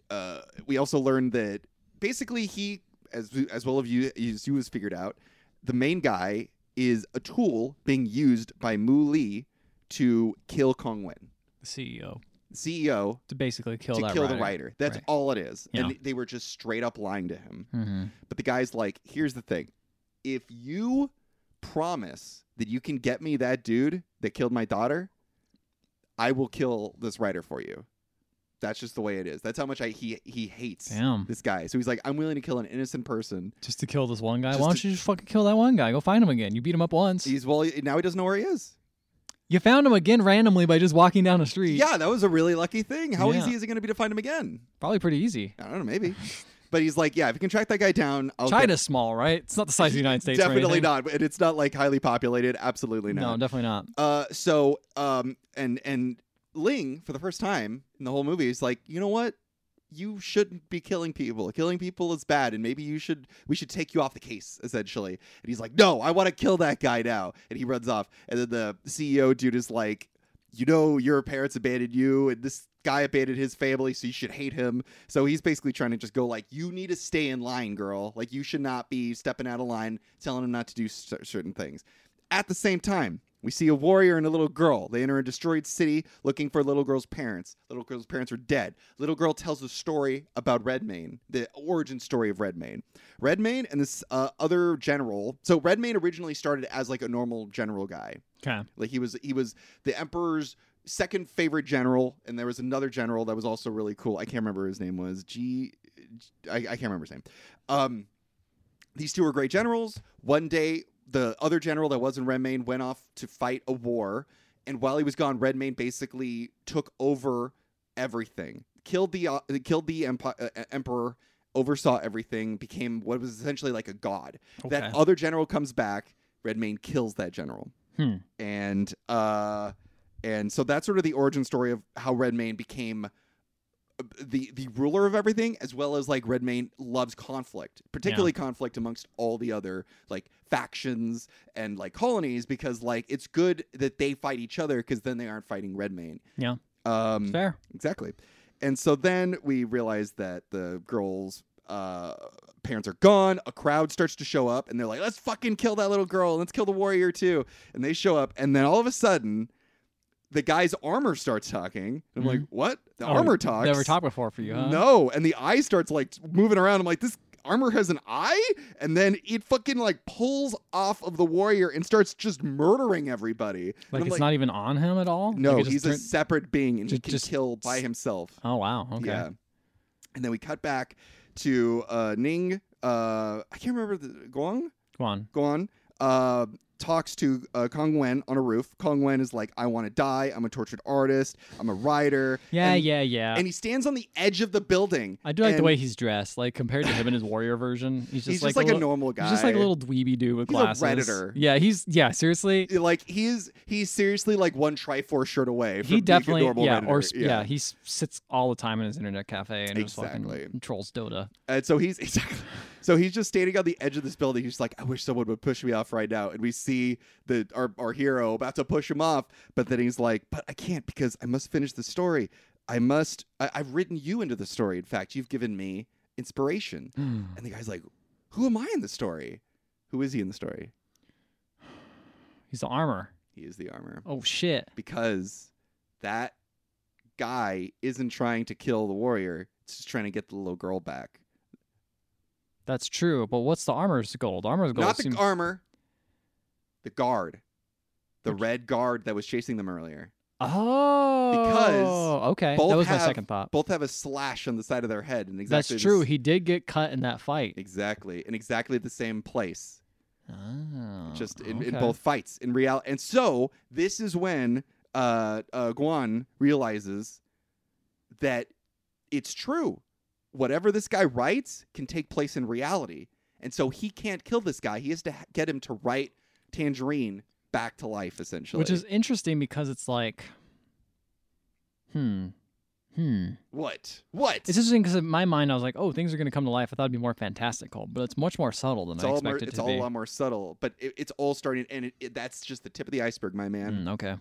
B: uh we also learned that basically he as as well of you as you has figured out, the main guy is a tool being used by Mu Lee to kill Kong Wen,
A: The CEO
B: CEO
A: to basically kill
B: to
A: that
B: kill
A: rider.
B: the writer. That's
A: Right.
B: all it is.
A: Yeah.
B: And they were just straight up lying to him.
A: Mhm.
B: But the guy's like, here's the thing. If you promise that you can get me that dude that killed my daughter, I will kill this writer for you. That's just the way it is. That's how much I he he hates
A: Damn.
B: this guy. So he's like, I'm willing to kill an innocent person.
A: Just to kill this one guy.
B: Just
A: Why don't
B: to-
A: you just fucking kill that one guy? Go find him again. You beat him up once.
B: He's well now he doesn't know where he is.
A: You found him again randomly by just walking down a street.
B: Yeah, that was a really lucky thing. How
A: Yeah.
B: easy is it going to be to find him again?
A: Probably pretty easy.
B: I don't know, maybe. But he's like, yeah, if you can track that guy down, I'll get-
A: China's small, right? It's not the size of the United States. or
B: definitely
A: anything.
B: not. And it's not like highly populated. Absolutely not.
A: No, definitely not.
B: Uh, so um, and and Ling for the first time in the whole movie is like, you know what? You shouldn't be killing people. Killing people is bad, and maybe you should. We should take you off the case, essentially. And he's like, "No, I want to kill that guy now." And he runs off. And then the CEO dude is like, "You know, your parents abandoned you, and this guy abandoned his family, so you should hate him." So he's basically trying to just go like, "You need to stay in line, girl. Like, you should not be stepping out of line, telling him not to do cer- certain things." At the same time, we see a warrior and a little girl. They enter a destroyed city looking for little girl's parents. Little girl's parents are dead. Little girl tells a story about Redmayne, the origin story of Redmayne. Redmayne and this uh, other general. So Redmayne originally started as like a normal general guy.
A: Okay.
B: Like he was he was the emperor's second favorite general, and there was another general that was also really cool. I can't remember his name was G. I, I can't remember his name. Um, these two were great generals. One day, the other general that was in Redmayne went off to fight a war, and while he was gone, Redmayne basically took over everything, killed the uh, killed the empi- uh, emperor, oversaw everything, became what was essentially like a god. That
A: Okay.
B: other general comes back. Redmayne kills that general.
A: Hmm.
B: And uh and so that's sort of the origin story of how Redmayne became uh, the the ruler of everything as well as like Redmayne loves conflict, particularly conflict amongst all the other like factions and like colonies because like it's good that they fight each other cuz then they aren't fighting Redmayne.
A: Yeah.
B: Um
A: Fair.
B: Exactly. And so then we realize that the girl's uh, parents are gone. A crowd starts to show up, and they're like, "Let's fucking kill that little girl. Let's kill the warrior too." And they show up, and then all of a sudden, the guy's armor starts talking. And I'm like, "What? The
A: Mm-hmm. Oh,
B: armor talks?
A: Never talked before for you, huh?
B: No." And the eye starts like moving around. I'm like, "This." Armor has an eye, and then it fucking like pulls off of the warrior and starts just murdering everybody. And
A: Like
B: I'm
A: it's not even on him at all.
B: no,
A: Like, it
B: he's
A: just
B: a separate being and he
A: ju-
B: can
A: just
B: kill by
A: s-
B: himself.
A: turn- Oh wow. Okay.
B: Yeah. And then we cut back to uh, Ning. Uh, I can't remember the Guang.
A: Go on.
B: Guan uh, talks to uh, Kong Wen on a roof. Kong Wen is like, "I want to die. I'm a tortured artist. I'm a writer."
A: Yeah,
B: and,
A: yeah, yeah.
B: And he stands on the edge of the building.
A: I do like the
B: and
A: way he's dressed. Like compared to him and his warrior version, he's just
B: he's
A: like,
B: just like,
A: a,
B: a
A: little-
B: normal guy.
A: He's just like a little dweeby dude with
B: He's a
A: glasses.
B: Redditor.
A: Yeah, he's yeah. Seriously,
B: Like he's he's seriously like one Triforce shirt away. From
A: he definitely
B: being a normal
A: yeah.
B: Redditor.
A: Or sp- yeah. he s- sits all the time in his internet cafe and just
B: Exactly.
A: fucking trolls Dota.
B: And so he's exactly. So he's just standing on the edge of this building. He's like, I wish someone would push me off right now. And we see the our, our hero about to push him off, but then he's like, But I can't because I must finish the story. I must. I, I've written you into the story. In fact, you've given me inspiration. And the guy's like, Who am I in the story? Who is he in the story?
A: he's the armor.
B: He is the armor
A: Oh shit.
B: because that guy isn't trying to kill the warrior. It's just trying to get the little girl back.
A: That's true, but what's the armor's goal? The armor's goal
B: Not the
A: seems-
B: armor. The guard. The red guard that was chasing them earlier.
A: Oh, okay,
B: both
A: that was
B: have-
A: my second thought.
B: Both have a slash on the side of their head and exactly
A: That's
B: the
A: true.
B: s-
A: He did get cut in that fight.
B: exactly in exactly the same place.
A: Oh,
B: Just in, in
A: okay.
B: both fights in reality. And so this is when uh, uh Guan realizes that it's true. Whatever this guy writes can take place in reality. And so he can't kill this guy. He has to ha- get him to write Tangerine back to life essentially.
A: Which is interesting because it's like, hmm, hmm.
B: What? What?
A: It's interesting because in my mind I was like, oh, things are going to come to life. I thought it'd be more fantastical, but it's much more subtle than
B: it's
A: I
B: all more,
A: expected
B: it's
A: to
B: all
A: be.
B: a lot more subtle, but it, it's all starting, and it, it, that's just the tip of the iceberg, my man.
A: Hmm, okay.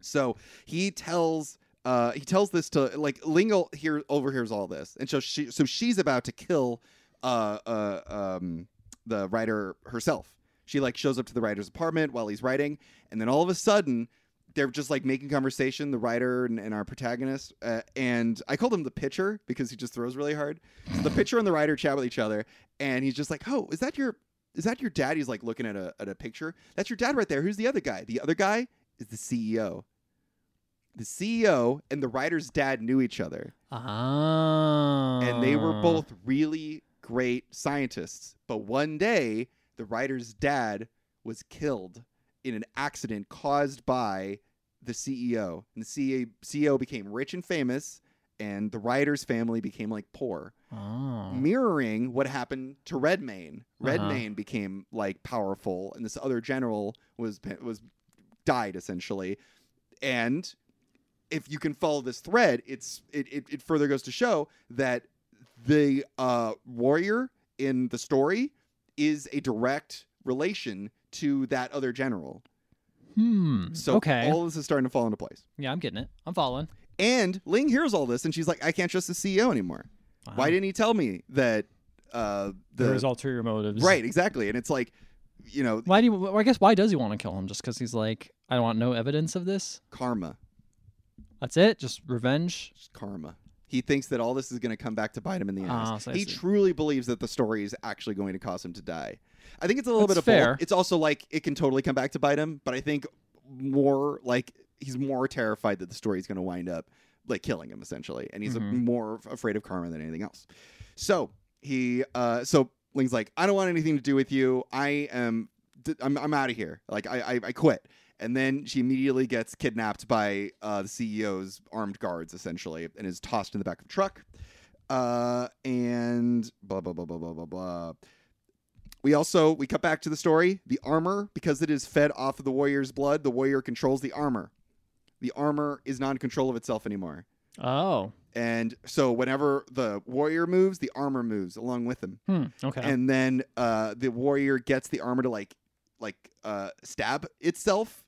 B: So he tells. Uh, he tells this to like Lingle here overhears all this, and so she so she's about to kill uh, uh, um, the writer herself. She like shows up to the writer's apartment while he's writing, and then all of a sudden they're just like making conversation, the writer and, and our protagonist. Uh, and I called him the pitcher because he just throws really hard. So the pitcher and the writer chat with each other, and he's just like, "Oh, is that your is that your dad?" He's like looking at a at a picture. That's your dad right there. Who's the other guy? The other guy is the E CEO. The CEO and the writer's dad knew each other
A: Ah.
B: and they were both really great scientists. But one day, the writer's dad was killed in an accident E caused by the CEO, and the CEO became rich and famous, and the writer's family became like poor,
A: Oh.
B: mirroring what happened to Redmayne.
A: Uh-huh.
B: Redmayne became like powerful, and this other general was was died essentially. And if you can follow this thread, it's it it, it further goes to show that the uh, warrior in the story is a direct relation to that other general.
A: Hmm.
B: So
A: okay.
B: all this is starting to fall into place.
A: yeah, I'm getting it. I'm following.
B: And Ling hears all this, and she's like, "I can't trust the CEO anymore.
A: Wow.
B: Why didn't he tell me that?" Uh, the
A: There's ulterior motives.
B: Right, exactly. And it's like, you know,
A: Why do you, well, I guess why does he want to kill him? Just because he's like, I want no evidence of this.
B: karma.
A: That's it. Just revenge.
B: Just karma. He thinks that all this is going to come back to bite him in the ass.
A: Ah, so I
B: he
A: see.
B: truly believes that the story is actually going to cause him to die. I think it's a little
A: That's
B: bit of both.
A: fair.
B: It's also like it can totally come back to bite him, but I think more like he's more terrified that the story is going to wind up like killing him essentially, and he's a-
A: Mhm.
B: more f- afraid of karma than anything else. So he, uh, so Ling's like, I don't want anything to do with you. I am, d- I'm, I'm out of here. Like I, I, I quit. And then she immediately gets kidnapped by uh, the CEO's armed guards, essentially, and is tossed in the back of a truck. Uh, and blah blah blah blah blah blah blah. We also we cut back to the story. The armor, because it is fed off of the warrior's blood, the warrior controls the armor. The armor is not in control of itself anymore.
A: Oh.
B: And so whenever the warrior moves, the armor moves along with him.
A: Hmm. Okay.
B: And then uh, the warrior gets the armor to like like uh, stab itself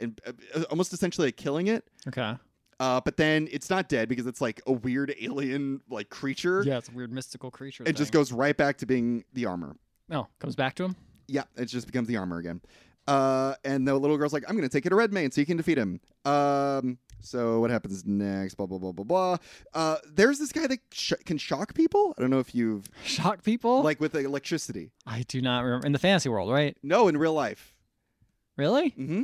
B: and uh, almost essentially like, killing it.
A: okay.
B: Uh, but then it's not dead because it's like a weird alien like creature.
A: Yeah, it's a weird mystical creature.
B: It just goes right back to being the armor.
A: No, Oh, comes back to him.
B: Yeah, it just becomes the armor again. Uh, and the little girl's like, I'm gonna take you to Redmayne so you can defeat him. Um, so what happens next? Blah blah blah blah blah. Uh, there's this guy that sh- can shock people. I don't know if you've
A: Shock people.
B: like with electricity.
A: I do not remember in the fantasy world, right?
B: No, in real life.
A: Really?
B: hmm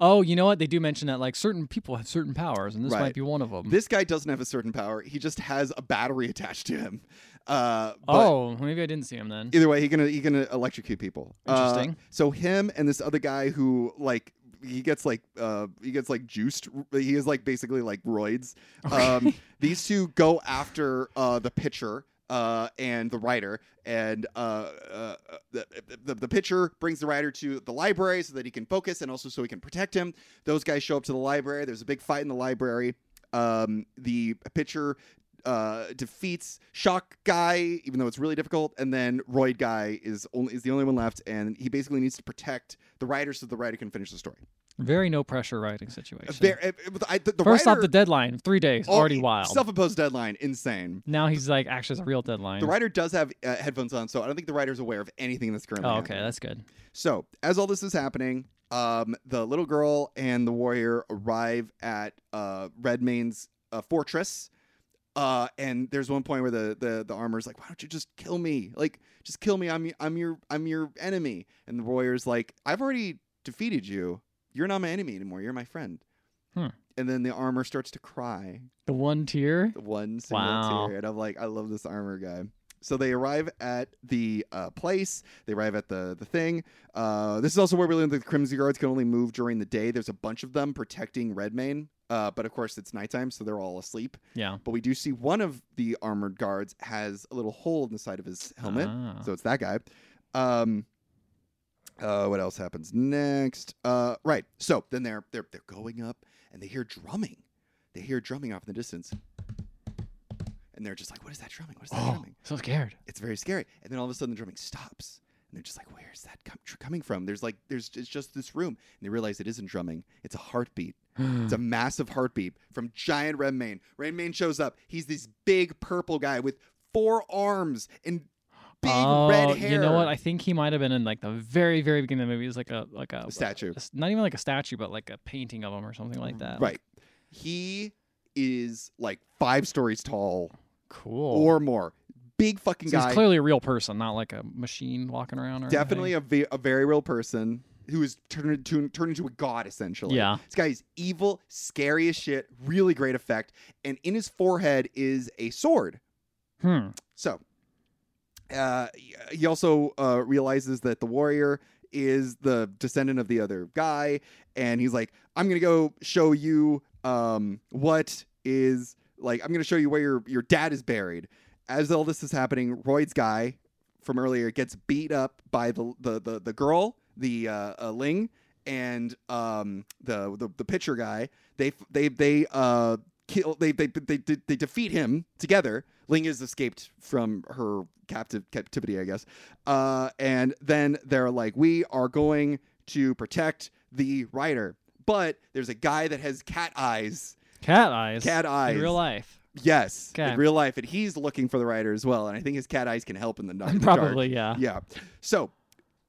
A: Oh, you know what? They do mention that like certain people have certain powers, and this
B: Right.
A: might be one of them.
B: This guy doesn't have a certain power. He just has a battery attached to him. Uh, but
A: oh, maybe I didn't see him then.
B: either way, he can he can electrocute people. Uh,
A: Interesting.
B: so him and this other guy who like he gets like uh he gets like juiced. He is like basically like roids. Um, these two go after uh the pitcher. Uh, and the writer and uh, uh the, the the pitcher brings the writer to the library so that he can focus and also so he can protect him. Those guys show up to the library. There's a big fight in the library. Um, the pitcher uh, defeats Shock Guy, even though it's really difficult, and then Roid Guy is only is the only one left, and he basically needs to protect the writer so the writer can finish the story.
A: Very no pressure writing situation.
B: Ver- uh, uh, I- the, the
A: First
B: writer, oh,
A: off, the deadline three days already wild.
B: Self-imposed deadline, insane.
A: now he's like, actually, it's a real deadline.
B: The writer does have uh, headphones on, so I don't think the writer's aware of anything that's currently.
A: oh, okay,
B: happening.
A: that's good.
B: So, as all this is happening, um, the little girl and the warrior arrive at uh, Redmayne's uh, fortress. Uh, and there's one point where the, the the armor's like, "Why don't you just kill me? Like, just kill me. I'm y- I'm your I'm your enemy." And the warrior's like, "I've already defeated you. You're not my enemy anymore. You're my friend."
A: Hmm.
B: And then the armor starts to cry
A: The one tier.
B: the one single
A: Wow.
B: tier. And I'm like, I love this armor guy. So they arrive at the uh, place. They arrive at the the thing. Uh, this is also where we learn that the Crimson Guards can only move during the day. There's a bunch of them protecting Redmayne. Uh, but of course, it's nighttime, so they're all asleep.
A: Yeah.
B: But we do see one of the armored guards has a little hole in the side of his helmet.
A: Ah.
B: So it's that guy. Um, uh, what else happens next? Uh, right. So then they're they're they're going up, and they hear drumming. They hear drumming off in the distance, and they're just like, "What is that drumming? What is that
A: oh,
B: drumming?"
A: so scared.
B: It's very scary. And then all of a sudden, the drumming stops, and they're just like, "Where's that com- tr- coming from?" There's like there's it's just this room, and they realize it isn't drumming. It's a heartbeat. It's
A: Mm.
B: a massive heartbeat from giant Redmayne. Redmayne shows up. He's this big purple guy with four arms and big
A: oh,
B: red hair.
A: You know what? I think he might have been in like the very, very beginning of the movie. It's like a like a,
B: A statue. Mm.
A: a s- not even like a statue, but like a painting of him or something like that.
B: Right. He is like five stories tall
A: Cool.
B: or more. Big fucking
A: Oh. So
B: guy.
A: he's clearly a real person, not like a machine walking around. Or
B: Definitely a, ve- a very real person who is turned to turned into a god essentially.
A: Yeah.
B: This guy is evil, scary as shit, really great effect, and in his forehead is a sword.
A: anything. Hmm.
B: So, uh, he also uh, realizes that the warrior is the descendant of the other guy, and he's like, "I'm gonna go show you um, what is Like, I'm going to show you where your, your dad is buried. As all this is happening, Royd's guy from earlier gets beat up by the the the, the girl, the uh, uh, Ling, and um, the, the the pitcher guy. They they they uh, kill they they they they, they defeat him together. Ling has escaped from her captive captivity, I guess. Uh, and then they're like, we are going to protect the writer. But there's a guy that has cat eyes.
A: Hmm. Cat eyes.
B: Cat eyes.
A: In real life.
B: Yes,
A: Okay.
B: in real life, and he's looking for the writer as well. And I think his cat eyes can help in the night.
A: Probably, yeah.
B: Yeah. So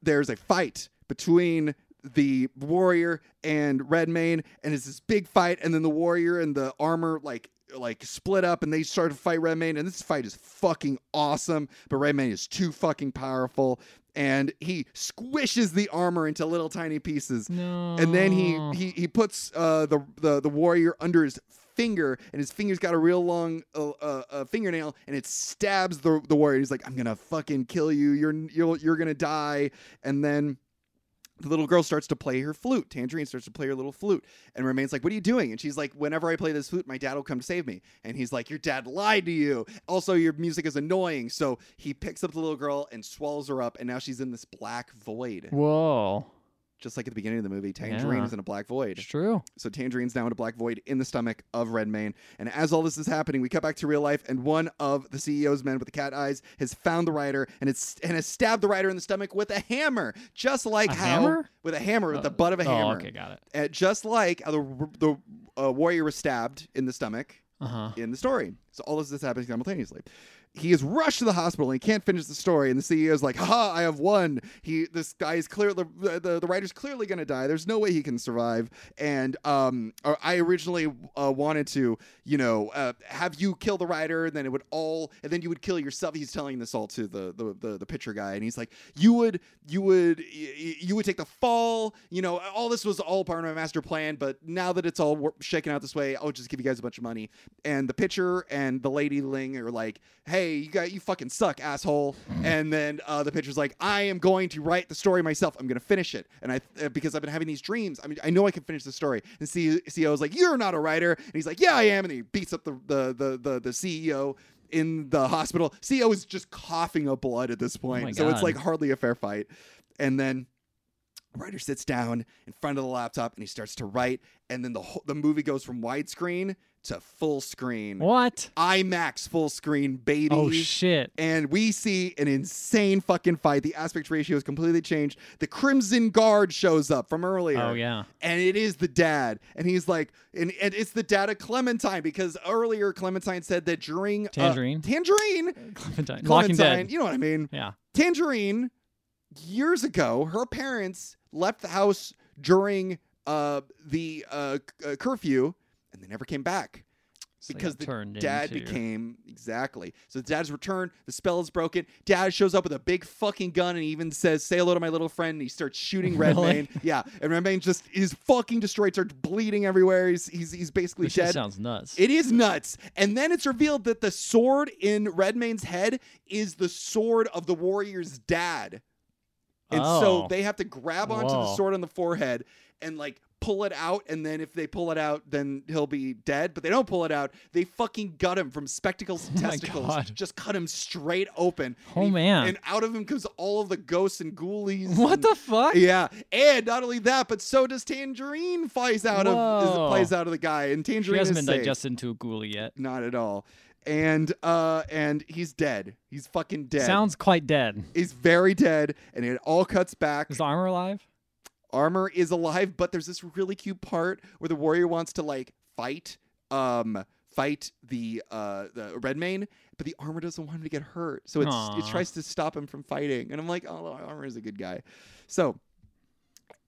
B: there's a fight between the warrior and Redmayne, and it's this big fight, and then the warrior and the armor like like split up and they start to fight Redmayne, and this fight is fucking awesome. But Redmayne is too fucking powerful, and he squishes the armor into little tiny pieces.
A: No.
B: And then he he, he puts uh, the, the the warrior under his finger, and his finger's got a real long uh, uh, uh, fingernail, and it stabs the the warrior. He's like, "I'm gonna fucking kill you. You're you're you're gonna die." And then the little girl starts to play her flute. Tangerine starts to play her little flute, and remains like, "What are you doing?" And she's like, "Whenever I play this flute, my dad will come save me." And he's like, "Your dad lied to you. Also, your music is annoying." So he picks up the little girl and swallows her up, and now she's in this black void
A: Whoa.
B: just like at the beginning of the movie, Tangerine
A: Yeah.
B: is in a black void.
A: It's true.
B: So Tangerine's now in a black void in the stomach of Redmayne. And as all this is happening, we cut back to real life, and one of the CEO's men with the cat eyes has found the writer and it's and has stabbed the writer in the stomach with a hammer, just like
A: A
B: how
A: hammer?
B: with a hammer, with the
A: Uh,
B: butt of a
A: oh,
B: hammer,
A: okay, got it.
B: And just like how the the uh, warrior was stabbed in the stomach
A: Uh huh.
B: in the story. So all of this is happening simultaneously. He is rushed to the hospital and he can't finish the story. And the CEO is like, "Ha! I have won." He, this guy is clearly the the, the writer's clearly going to die. There's no way he can survive. And um, or I originally uh, wanted to, you know, uh, have you kill the writer, and then it would all, and then you would kill yourself. He's telling this all to the the the, the pitcher guy, and he's like, "You would, you would, y- y- you would take the fall." You know, all this was all part of my master plan. But now that it's all wor- shaken out this way, I'll just give you guys a bunch of money and the pitcher and the lady Ling are like, "Hey, you got you fucking suck, asshole." And then uh, the pitcher's like, "I am going to write the story myself. I'm going to finish it." And I uh, because I've been having these dreams. I mean, I know I can finish the story. And CEO CEO's like, "You're not a writer," and he's like, "Yeah, I am." And he beats up the the the the, the CEO. In the hospital, CEO is just coughing up blood at this point,
A: Oh my
B: so it's
A: God.
B: like hardly a fair fight. And then writer sits down in front of the laptop and he starts to write and then the whole, the movie goes from widescreen to full screen
A: What?
B: IMAX full screen baby
A: Oh shit.
B: and we see an insane fucking fight the aspect ratio is completely changed the crimson guard shows up from earlier
A: Oh yeah.
B: and it is the dad and he's like and, and it's the dad of clementine because earlier clementine said that during uh,
A: Tangerine.
B: tangerine
A: Clementine. Walking
B: clementine
A: Dead.
B: you know what i mean
A: Yeah.
B: Tangerine, years ago, her parents left the house during uh, the uh, c- uh, curfew, and they never came back.
A: So they
B: Because
A: got
B: the
A: turned
B: Dad
A: into-
B: became exactly. So dad's returned. The spell is broken. Dad shows up with a big fucking gun and even says, "Say hello to my little friend." And he starts shooting
A: Really?
B: Redmayne. yeah, and Redmayne just is fucking destroyed. Starts bleeding everywhere. He's he's, he's basically
A: This shit
B: dead.
A: sounds nuts.
B: It is nuts. And then it's revealed that the sword in Redmayne's head is the sword of the warrior's dad. And so
A: Oh.
B: they have to grab onto the
A: Whoa.
B: sword on the forehead and like pull it out. And then if they pull it out, then he'll be dead. But they don't pull it out. They fucking gut him from spectacles to
A: Oh my
B: testicles.
A: God.
B: Just cut him straight open.
A: Oh,
B: and he-
A: man.
B: And out of him comes all of the ghosts and ghoulies.
A: What
B: and-
A: the fuck?
B: yeah, and not only that, but so does Tangerine flies out of
A: Whoa.
B: is, flies out of the guy, and
A: She
B: Tangerine
A: hasn't
B: is
A: been
B: safe
A: digested into a ghoulie yet.
B: not at all and uh and he's dead he's fucking dead
A: Sounds quite dead.
B: he's very dead and it all cuts back
A: Is the armor alive?
B: armor is alive but there's this really cute part where the warrior wants to like fight um fight the uh the redmayne but the armor doesn't want him to get hurt so it's it
A: Aw.
B: tries to stop him from fighting and i'm like oh armor is a good guy so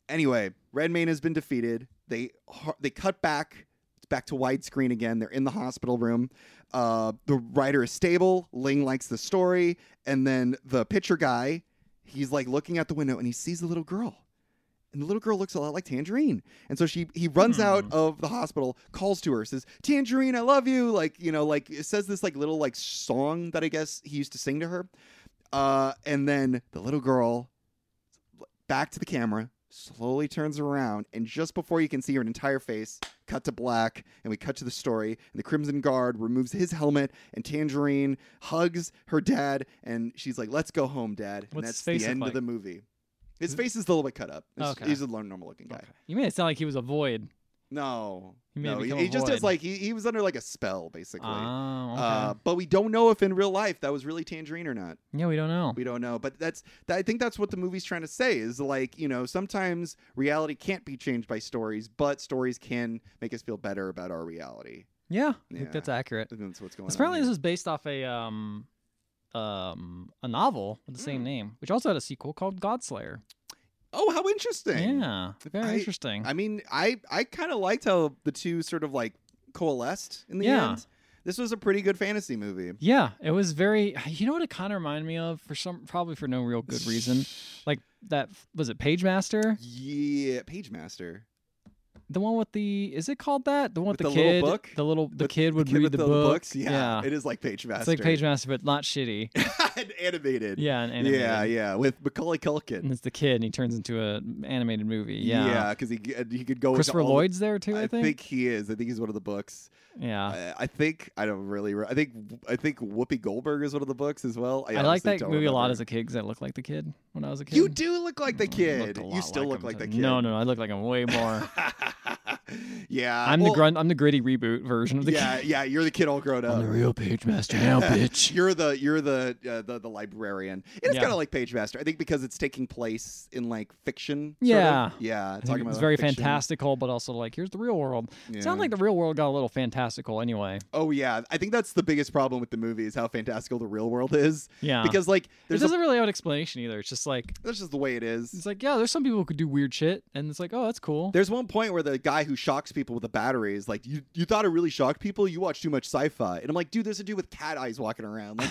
B: anyway redmayne has been defeated they har- they cut back it's back to widescreen again they're in the hospital room uh the writer is stable ling likes the story and then the pitcher guy he's like looking out the window and he sees the little girl and the little girl looks a lot like Tangerine. And so she he runs out of the hospital, calls to her, says, "Tangerine, I love you." Like, you know, like it says this like little like song that I guess he used to sing to her. Uh and then the little girl back to the camera, slowly turns around, and just before you can see her entire face, cut to black, and we cut to the story. And the Crimson Guard removes his helmet, and Tangerine hugs her dad, and she's like, "Let's go home, Dad." And
A: What's his
B: that's
A: face
B: the
A: look
B: end
A: like?
B: of the movie. His face is a little bit cut up. It's-
A: Okay.
B: He's a normal looking guy.
A: Okay. You mean it sound like he was a void?
B: No,
A: He may
B: no,
A: have
B: he,
A: become
B: he
A: a
B: just
A: void.
B: is like he, he was under like a spell basically.
A: Oh, okay.
B: Uh, but we don't know if in real life that was really Tangerine or not.
A: yeah, we don't know.
B: We don't know. But that's that, I think that's what the movie's trying to say is like you know sometimes reality can't be changed by stories, but stories can make us feel better about our reality.
A: yeah, I
B: Yeah.
A: think that's accurate.
B: I think that's what's going on.
A: Apparently,
B: here.
A: this is based off a um, um, a novel with the
B: Hmm.
A: same name, which also had a sequel called Godslayer.
B: oh, how interesting.
A: Yeah, very
B: I-
A: interesting.
B: I mean, I I kind of liked how the two sort of like coalesced in the
A: Yeah.
B: end. This was a pretty good fantasy movie.
A: yeah, it was very. You know what it kind of reminded me of for some, probably for no real good reason. Like that was it Pagemaster,
B: Yeah, Page Master.
A: the one with the is it called that? The one with,
B: With
A: the,
B: the little
A: kid,
B: book?
A: the little the
B: With-
A: kid would
B: Kid
A: read
B: with
A: the,
B: the
A: book.
B: books. Yeah, it is like Page Master.
A: it's like Pagemaster, but not shitty.
B: And animated.
A: Yeah, and animated.
B: Yeah, yeah, with Macaulay
A: And
B: Culkin.
A: it's the kid, and he turns into an animated movie. Yeah,
B: because he he could go.
A: Christopher
B: into Oh, all the-
A: Lloyd's there too. I,
B: I think. he is. I think he's one of the books.
A: Yeah,
B: I, I think I don't really. Re- I think I think Whoopi Goldberg is one of the books as well. I,
A: I, like
B: honestly
A: that
B: don't
A: movie a lot
B: remember.
A: as a kid because I looked like the kid when I was a kid.
B: You do look like the
A: Mm, I looked
B: kid.
A: a
B: You
A: lot
B: still look
A: him
B: like the
A: too.
B: kid.
A: No, no, I look like him way more.
B: yeah,
A: I'm
B: well,
A: the grunt. I'm the gritty reboot version of the
B: Yeah,
A: kid.
B: yeah, you're the kid all grown up.
A: I'm the real page master now, bitch.
B: You're the you're the uh, the, the librarian. It's
A: Yeah.
B: kind of like Page Master, I think, because it's taking place in like fiction. sort of.
A: Yeah.
B: yeah.
A: I think
B: Talking about
A: it's very
B: fiction.
A: fantastical, but also like here's the real world.
B: Yeah.
A: Sounds like the real world got a little fantastical anyway.
B: Oh yeah, I think that's the biggest problem with the movie is how fantastical the real world is.
A: Yeah,
B: Because like
A: it
B: there's a,
A: doesn't really have an explanation either. It's just like
B: that's just the way it is.
A: it's like yeah, there's some people who could do weird shit, and it's like oh that's cool.
B: There's one point where the guy who shocks people with a battery is like, "You you thought it really shocked people? You watch too much sci-fi." And I'm like, "Dude, there's a dude with cat eyes walking around.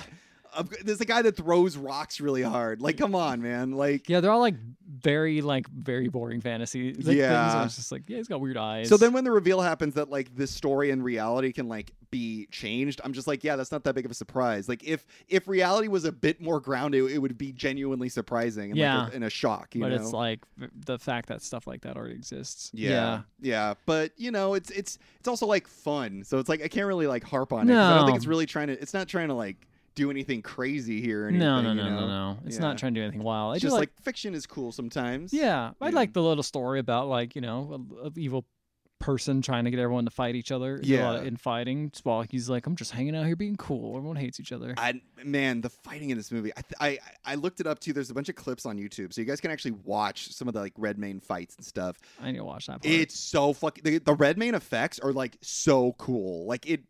B: Like, of- there's a guy that throws rocks really hard. Like, come on, man. Like,
A: yeah, they're all like very like very boring fantasy. Like, things where
B: Yeah.
A: it's just like yeah, he's got weird eyes.
B: So then when the reveal happens that like this story and reality can like be changed, I'm just like, yeah, that's not that big of a surprise. Like if if reality was a bit more grounded, it would be genuinely surprising and
A: Yeah.
B: like a, and a shock, you
A: but
B: know.
A: it's like th- the fact that stuff like that already exists.
B: yeah. yeah. But you know, it's it's it's also like fun. So it's like I can't really like harp on it. 'cause I don't
A: No.
B: think it's really trying to it's not trying to like do anything crazy here or anything.
A: no, no,
B: you
A: no,
B: know?
A: no, no. It's
B: Yeah.
A: not trying to do anything wild. I
B: It's
A: just
B: just
A: like,
B: like, fiction is cool sometimes.
A: yeah, I
B: yeah.
A: like the little story about like you know a, a evil person trying to get everyone to fight each other. There's a lot of
B: Yeah.
A: infighting. While he's like, I'm just hanging out here being cool. Everyone hates each other.
B: I man, the fighting in this movie. I, th- I I looked it up too. There's a bunch of clips on YouTube, so you guys can actually watch some of the like Redmayne fights and stuff.
A: I, need to watch that. Part.
B: It's so fucking the, the Redmayne effects are like so cool. Like it,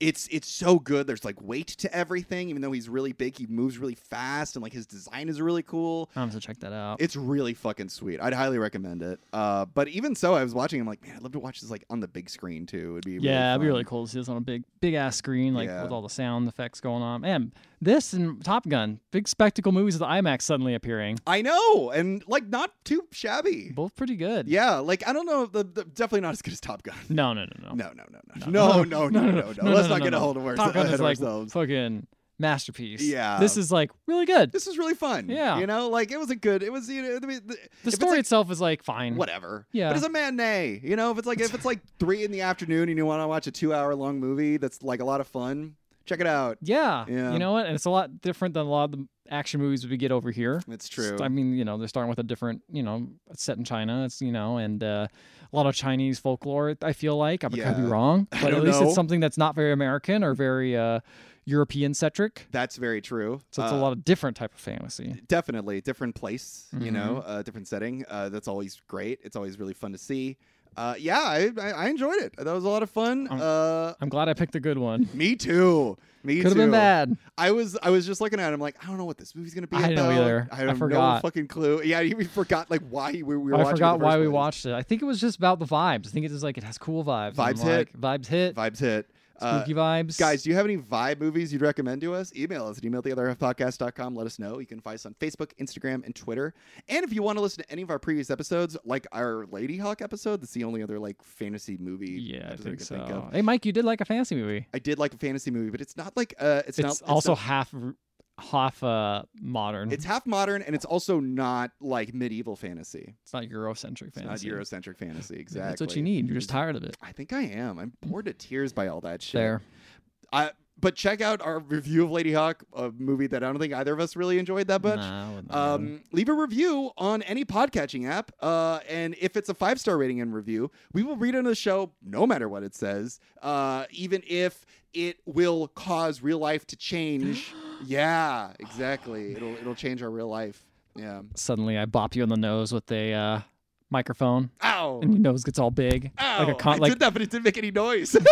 B: it's it's so good. There's like weight to everything. Even though he's really big, he moves really fast, and like his design is really cool.
A: I'm gonna check that out.
B: It's really fucking sweet. I'd highly recommend it. Uh, but even so, I was watching. I'm like, man, I'd love to watch this like on the big screen too. It'd be really
A: yeah, it'd be
B: fun.
A: really cool to see this on a big, big ass screen, like
B: Yeah.
A: with all the sound effects going on. Man, this and Top Gun, big spectacle movies with the IMAX suddenly appearing,
B: I know, and like not too shabby.
A: both pretty good.
B: Yeah, like I don't know, the, the, definitely not as good as Top Gun.
A: No, no, no, no.
B: No, no, no, no, no, no, no, no, no. Let's not
A: no,
B: get a
A: no.
B: hold of our-
A: Top Gun
B: ahead
A: is
B: of
A: like
B: ourselves.
A: fucking masterpiece.
B: Yeah.
A: this is like really good.
B: This is really fun.
A: Yeah.
B: you know, like it was a good. It was you know, I mean, the, if
A: The
B: it's,
A: story
B: like,
A: itself is like fine.
B: whatever.
A: Yeah.
B: but it's a matinee. You know, if it's like if it's like three in the afternoon and you want to watch a two-hour long movie that's like a lot of fun, check it out.
A: Yeah.
B: Yeah.
A: you know what? And it's a lot different than a lot of the action movies we get over here.
B: It's true.
A: I mean, you know, they're starting with a different, you know, it's set in China. It's you know, and uh, a lot of Chinese folklore. I feel like I could be
B: Yeah.
A: wrong,
B: I
A: but at
B: don't
A: least
B: know.
A: it's something that's not very American or very uh, European centric.
B: That's very true.
A: So it's a
B: Uh,
A: lot of different type of fantasy.
B: definitely different place you know
A: Mm-hmm.
B: uh, different setting uh, that's always great it's always really fun to see uh, yeah I, I, I enjoyed it that was a lot of fun
A: Um,
B: uh,
A: I'm glad I picked a good one.
B: me too me
A: Could have
B: too
A: been bad.
B: i was i was just looking at him like i don't know what this movie's gonna be
A: I
B: about.
A: don't know either.
B: i
A: I
B: have no
A: forgot.
B: fucking clue yeah you forgot like why we, we were watching it
A: I
B: in the
A: forgot why
B: first
A: we
B: place.
A: watched it. I think it was just about the vibes. I think it was like it has cool vibes. and I'm
B: Vibes hit.
A: like, Vibes hit.
B: vibes hit uh,
A: spooky vibes.
B: Guys, do you have any vibe movies you'd recommend to us? Email us at emailtheotherhalfpodcast.com. Let us know. You can find us on Facebook, Instagram, and Twitter. And if you want to listen to any of our previous episodes, like our Lady Hawk episode, that's the only other like fantasy movie
A: Yeah, I
B: episode
A: think
B: could
A: so.
B: think of.
A: hey, Mike, you did like a fantasy movie.
B: I did like a fantasy movie, but it's not like uh
A: It's,
B: it's, not it's
A: also
B: not-
A: half r- half uh, modern.
B: It's half modern and it's also not like medieval fantasy.
A: It's not Eurocentric
B: It's
A: fantasy.
B: not Eurocentric fantasy. Exactly.
A: That's what you need. You're just tired of it.
B: I think I am. I'm bored to tears by all that shit.
A: There.
B: I, but check out our review of Lady Hawk, a movie that I don't think either of us really enjoyed that much.
A: Nah, I wouldn't know.
B: Um, leave a review on any podcatching app, uh, and if it's a five star rating and review, we will read it on the show no matter what it says, uh, even if it will cause real life to change. yeah, exactly. it'll it'll change our real life. Yeah.
A: Suddenly, I bop you on the nose with a uh, microphone,
B: Ow!
A: and your nose gets all big,
B: Ow!
A: like a con-
B: I
A: like
B: did that, but it didn't make any noise.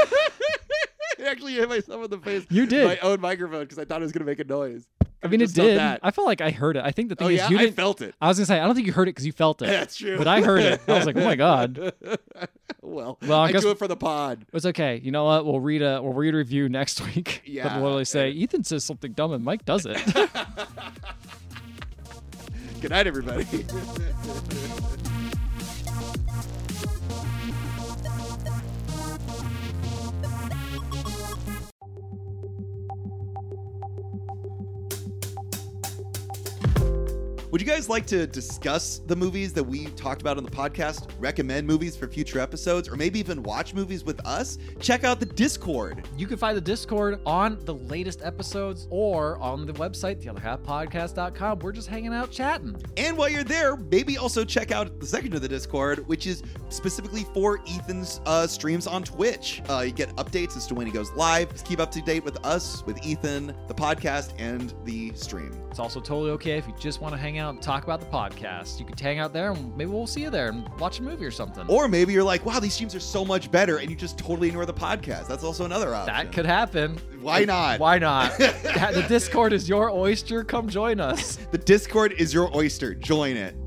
B: I actually hit myself in the face.
A: You
B: with
A: did.
B: my own microphone because I thought it was gonna make a noise.
A: I mean, it
B: Just not
A: did.
B: that.
A: I felt like I heard it. I think the thing
B: oh
A: is,
B: yeah,
A: you
B: I
A: didn't.
B: felt it.
A: I was gonna say, I don't think you heard it because you felt it.
B: That's true.
A: But I heard it. I was like, oh my God.
B: well,
A: Well, I
B: I,
A: guess-
B: do it for the pod.
A: It's okay. You know what? We'll read a we'll read a review next week.
B: Yeah.
A: That will literally say Ethan says something dumb and Mike does it.
B: Good night, everybody. Would you guys like to discuss the movies that we talked about on the podcast, recommend movies for future episodes, or maybe even watch movies with us? Check out the Discord.
A: you can find the Discord on the latest episodes or on the website, theotherhalfpodcast.com. We're just hanging out chatting.
B: And while you're there, maybe also check out the second of the Discord, which is specifically for Ethan's uh, streams on Twitch. Uh, you get updates as to when he goes live. Just keep up to date with us, with Ethan, the podcast, and the stream.
A: It's also totally okay if you just want to hang out and talk about the podcast. You can hang out there and maybe we'll see you there and watch a movie or something.
B: Or maybe you're like, wow, these streams are so much better, and you just totally ignore the podcast. That's also another option.
A: that could happen.
B: Why not?
A: Why not? the Discord is your oyster. Come join us.
B: The Discord is your oyster. Join it.